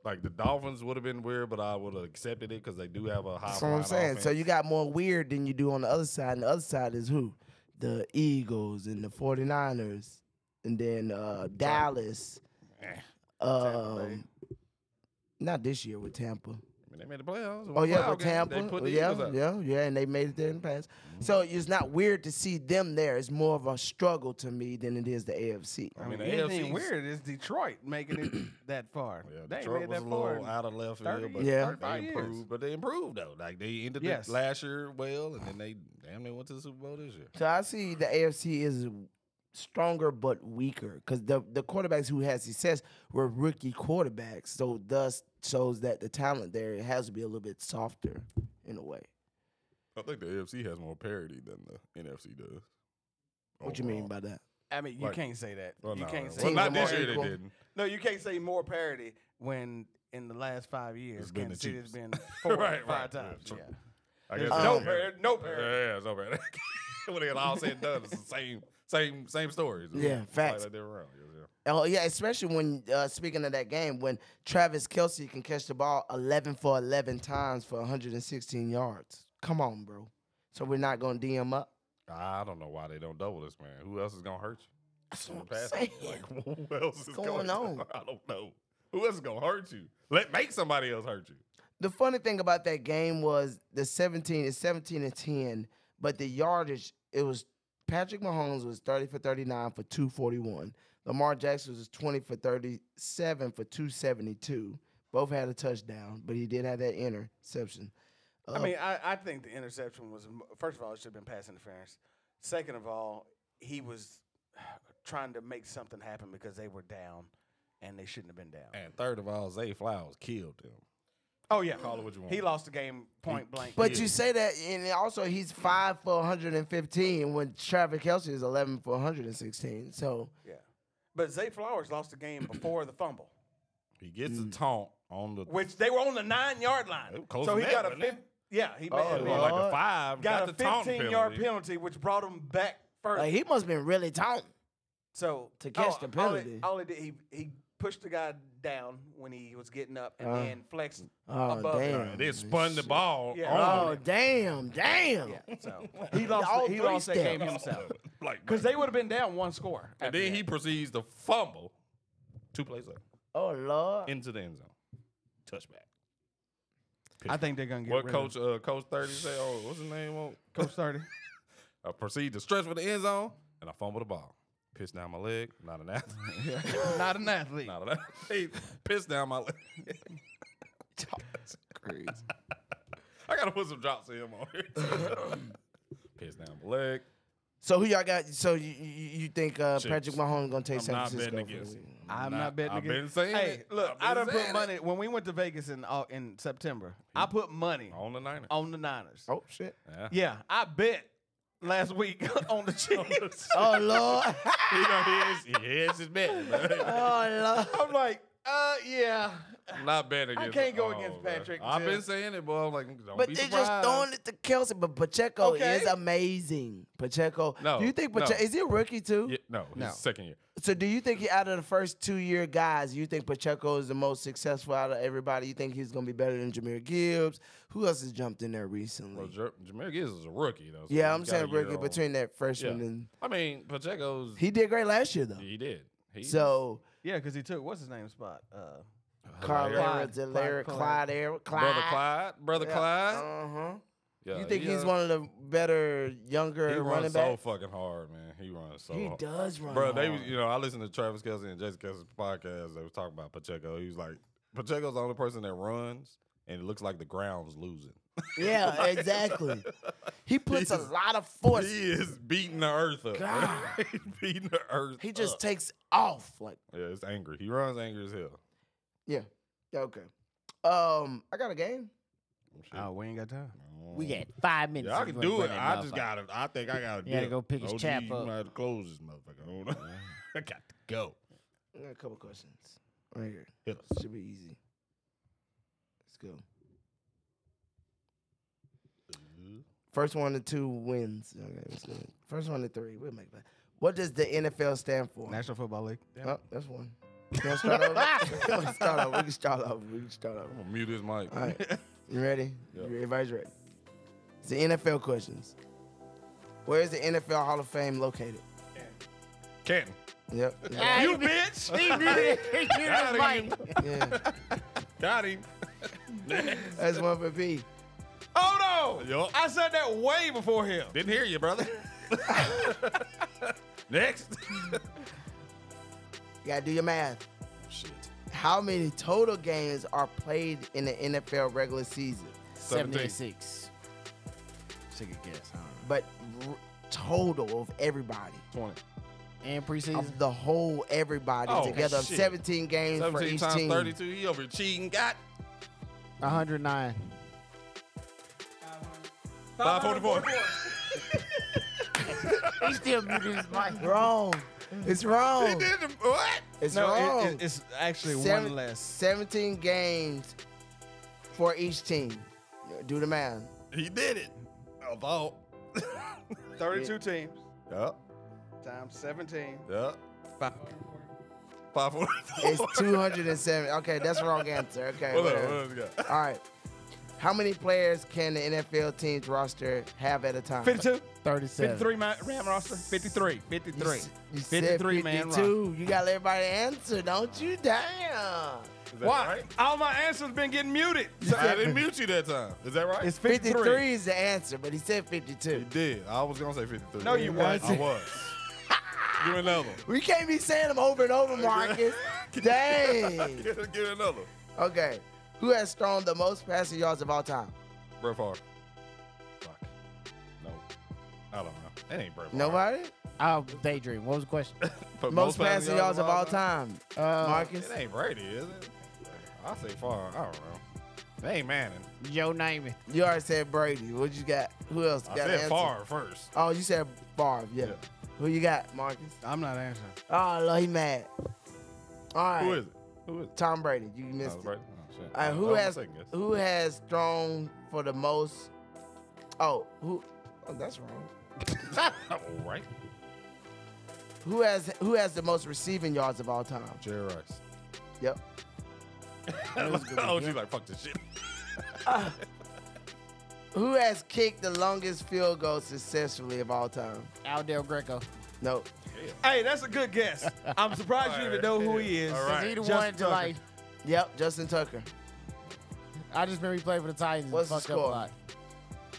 Like the Dolphins would have been weird, but I would have accepted it because they do have a high.
That's what
flying
I'm saying. So
offense.
you got more weird than you do on the other side. And the other side is who? The Eagles and the 49ers. And then uh, Dallas.
Eh,
Um, not this year with Tampa.
I mean, they made the playoffs.
Oh, yeah,
Wild
with
game,
Tampa.
They put
Oh,
the
yeah,
Eagles up. Mm-hmm.
yeah, yeah. And they made it there in the past. So it's not weird to see them there. It's more of a struggle to me than it is the AFC.
I mean, the
Anything
AFC's
weird is Detroit making it that far.
Yeah,
they ain't
Detroit
made
was
that
a
far.
little out of left
30
field, but
Yeah.
they
35 years.
improved. But they improved though. Like they ended
Yes.
the last year well, and then they damn they went to the Super Bowl this year.
So I see the AFC is stronger but weaker because the the quarterbacks who had success were rookie quarterbacks. So thus shows that the talent there it has to be a little bit softer in a way.
I think the AFC has more parity than the NFC does.
What you mean by that?
I mean, you
Like-
can't say that.
Well,
you
nah,
can't
well,
say
not
more
this year they
equal.
didn't.
No, you can't say more parity when in the last five years
It's been
Kansas
the
City has
Chiefs.
been four,
Right,
five
right, yeah,
times.
true.
yeah.
I
There's
guess
no
so.
parity. No parity.
Yeah, yeah, it's no parity. when they get all said and done, it's the same, same, same stories. It's
Yeah,
like- it's
facts.
Like they're around. Yeah, yeah.
Oh yeah, especially when uh, speaking of that game when Travis Kelsey can catch the ball eleven for eleven times for 116 yards. Come on, bro. So we're not gonna DM up.
I don't know why they don't double this man. Who else is gonna hurt you?
That's
In
what
the
I'm
passing.
saying.
Like who else is
going
gonna-
on?
I don't know. Who else is gonna hurt you? Let make somebody else hurt you.
The funny thing about that game was the 17 is 17 and 10, but the yardage it was Patrick Mahomes was 30 for 39 for 241. Lamar Jackson was 20 for 37 for 272. Both had a touchdown, but he did have that interception.
I
Uh,
mean,
Oh.
I, I think the interception was m- first of all it should have been pass interference. Second of all, he was trying to make something happen because they were down, and they shouldn't have been down.
And third of all, Zay Flowers killed him.
oh yeah,
Call it what you want.
he lost the game point blank.
But you say that, and also he's five for 115 when Travis Kelsey is 11 for 116. So
yeah, but Zay Flowers lost the game before the fumble,
He gets
Mm.
a taunt on the.
which they were on the nine yard
They were
line.
close
So
to
he
that,
got a
wasn't it?
fif- yeah he
Oh,
made
it was like the five.
got,
the taunt
a fifteen yard
penalty.
penalty, which brought him back first.
like, he must have been really taunting.
So
To catch the
all it-
penalty.
all he did, he he pushed the guy down when he was getting up, and
Uh,
then flexed
oh,
above.
damn.
him.
And They spun the ball.
Yeah.
on
Oh,
him.
damn, damn.
Yeah, so he lost.
All
he
three
lost that game
steps.
himself
like
because they would have been down one score.
And
after
then
that.
he proceeds to fumble two plays up
Oh, Lord.
into the end zone. Touchback.
I think they're gonna get
What
rid
coach uh, coach 30 say? Oh, what's his name? Oh,
Of coach thirty.
I proceed to stretch for the end zone and I fumble the ball. Piss down my leg. Not an athlete.
Not an athlete.
Not an athlete. Piss down my leg. That's crazy. I gotta put some drops of him on here. Piss down my leg.
So who y'all got? So you you, you think uh,
Chiefs.
Patrick Mahomes going to take
I'm
San
not
Francisco?
betting
for the
against.
week?
him.
I'm not, betting
I've
against.
been saying
Hey,
it.
look,
I've been
I done
saying
put
it.
money when we went to Vegas in Au- in September. I put money
on the Niners.
on the Niners.
Oh, shit.
Yeah.
Yeah, I bet last week on the Chiefs.
Oh, Lord.
You know, he is, he is his bet. man.
oh, Lord.
I'm like, uh, yeah.
I'm not betting against
can't go
him.
against
bro.
Patrick
I've been
till-
saying it, boy. I'm like, don't
But
be
they're
surprised.
just throwing it to Kelsey. But Pacheco
Okay.
is amazing. Pacheco.
No,
Do you think
no.
Pacheco is he a rookie too?
Yeah, no, his second year.
So do you think he, out of the first two year guys, you think Pacheco is the most successful out of everybody? You think he's gonna be better than Jameer Gibbs? Who else has jumped in there
Well,
recently?
Jer- Jameer Gibbs is a rookie, though. so
Mm. yeah,
he's
I'm
got
saying
a year
rookie
old.
between that
Yeah.
freshman and
I mean, Pacheco's. He,
he did great last year though.
did. He,
So
Yeah, because he took what's his name spot. Uh,
Carlera,
Clyde,
Delera, Clyde,
Clyde, Clyde.
Air, Clyde.
brother Clyde, brother Clyde.
Uh huh.
Yeah,
You think
he,
he's
uh,
one of the better
He
younger running
runs so
backs?
fucking hard, man. He runs so.
He
hard.
does run.
Bro, they
hard.
was, you know, I listened to Travis Kelsey and Jason Kelsey's podcast. They was talking about Pacheco. He was like, Pacheco's the only person that runs, and it looks like the ground's losing.
Yeah, exactly. He puts a
He's-
lot of force.
He is beating the earth up. bro.
God.
He's beating the earth.
He just
up.
takes off. Like,
yeah, it's angry. He runs angry as hell.
yeah, yeah, okay. Um, I got a game.
oh, we ain't got time.
We got five minutes.
Yeah, I
before
can
we
do
run
it.
that
I just
motherfucker.
gotta. I think I gotta.
You gotta
dip.
go pick his
OG,
chap
You
up.
might have to close this motherfucker. Hold on. I got to go.
I got a couple questions right here.
Hit us.
Should be easy. Let's go. First one to two wins. Okay, let's do it. First one to three. We'll make that. What does the NFL stand for?
National Football League.
Oh, that's one. You wanna start over? we can start over. We can start over. We can start over.
I'm gonna mute his mic.
All right. You ready?
Yeah.
You- Everybody's ready. It's the NFL questions. Where is the NFL Hall of Fame located?
Canton.
Yep.
you bitch! He muted. He muted his
Got
mic.
him.
yeah.
Got him.
That's one for P.
Hold on. Yup.
I said that way before him.
Didn't hear you, brother. Next.
You gotta do your math.
Shit.
How many total games are played in the NFL regular season?
17.
76. Take a guess. I don't know.
But r- total of everybody.
20.
And preseason.
Of the whole everybody
Oh,
together of
shit.
17 games for
17
each
times
team.
32. He over here cheating. Got.
109.
544.
He still muted his mic.
Wrong. It's wrong.
He did the- what?
It's
No, it-
wrong.
it- it's actually one
Seven-
less.
17 games for each team. Do the math.
He did it. About.
32 teams
Yep.
times 17.
Yep. Five forty four.
It's 207. Okay, that's the wrong answer. Okay.
What
whatever.
else? What else you got?
All right. How many players can the NFL team's roster have at a time?
52.
37.
53 man, man roster. 53. 53.
You said
53 man roster.
52. You got to everybody answer, don't you? Damn.
Is that
Why?
right?
All my answers been getting muted. So
I didn't mute you that time. Is that right?
it's
53.
53.
is the answer, but he said 52.
you did. I was gonna say fifty three.
No, you wasn't.
I was. Give me another.
We can't be saying them over and over, Marcus. Dang.
Give give me another.
Okay. Who has thrown the most passing yards of all time?
Brett Favre. Fuck. No. I don't know. That ain't Brett Favre.
Nobody?
I'll daydream. What was the question?
But
Most, passing yards of all time.
Uh,
Marcus.
It ain't Brady, is it? I say Favre. I don't know. It ain't Manning.
Yo, name it.
You already said Brady. What you got? Who else
I
got an
said Favre
answer?
first.
Oh, you said Favre. Yeah.
Yeah.
Who you got, Marcus?
I'm not answering.
Oh, Lord, he mad. All right.
Who is it? Who is it?
Tom Brady. You
Oh,
missed
it's
it.
Brady. Oh, shit.
All
That
right, Uh, who
was my
has
second guess.
who has thrown for the most? Oh, who? Oh, that's wrong.
All right.
Who has who has the most receiving yards of all time?
Jerry Rice.
Yep.
oh, she's like, fuck this shit.
Who has kicked the longest field goal successfully of all time?
Al Del Greco.
Nope.
Hey, that's a good guess. I'm surprised you even know who he is.
All
He
right.
the
Justin
one to
Tucker.
like.
Yep. Justin Tucker.
I just remember he played for the Titans. and
What's the
fucked up a
score?
lot.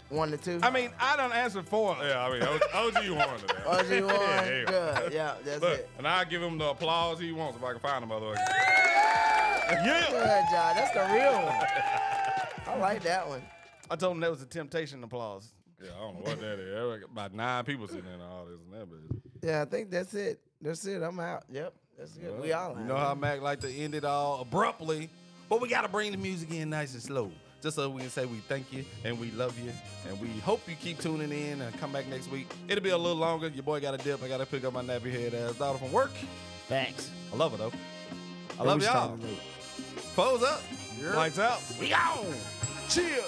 One to two.
I mean, I don't answer four.
Yeah, I mean, OG, OG wanted that.
OG one.
Yeah, yeah.
Good. Yeah, that's
Look,
it.
and I'll give him the applause he wants if I can find him, motherfucker. yeah.
Good job. That's the real one. I like that one.
I told him that was a temptation applause.
Yeah, I don't know what that is. There were About nine people sitting in all this and that, bitch.
Yeah, I think that's it. That's it. I'm out. Yep. That's good. We all out.
You know how Mac like to end it all abruptly, but we gotta bring the music in nice and slow, just so we can say we thank you and we love you and we hope you keep tuning in and come back next week. It'll be a little longer. Your boy got a dip. I gotta pick up my nappy head ass daughter from work.
Thanks.
I love her though. I love y'all. Pose up. Lights out. We gone. Chill.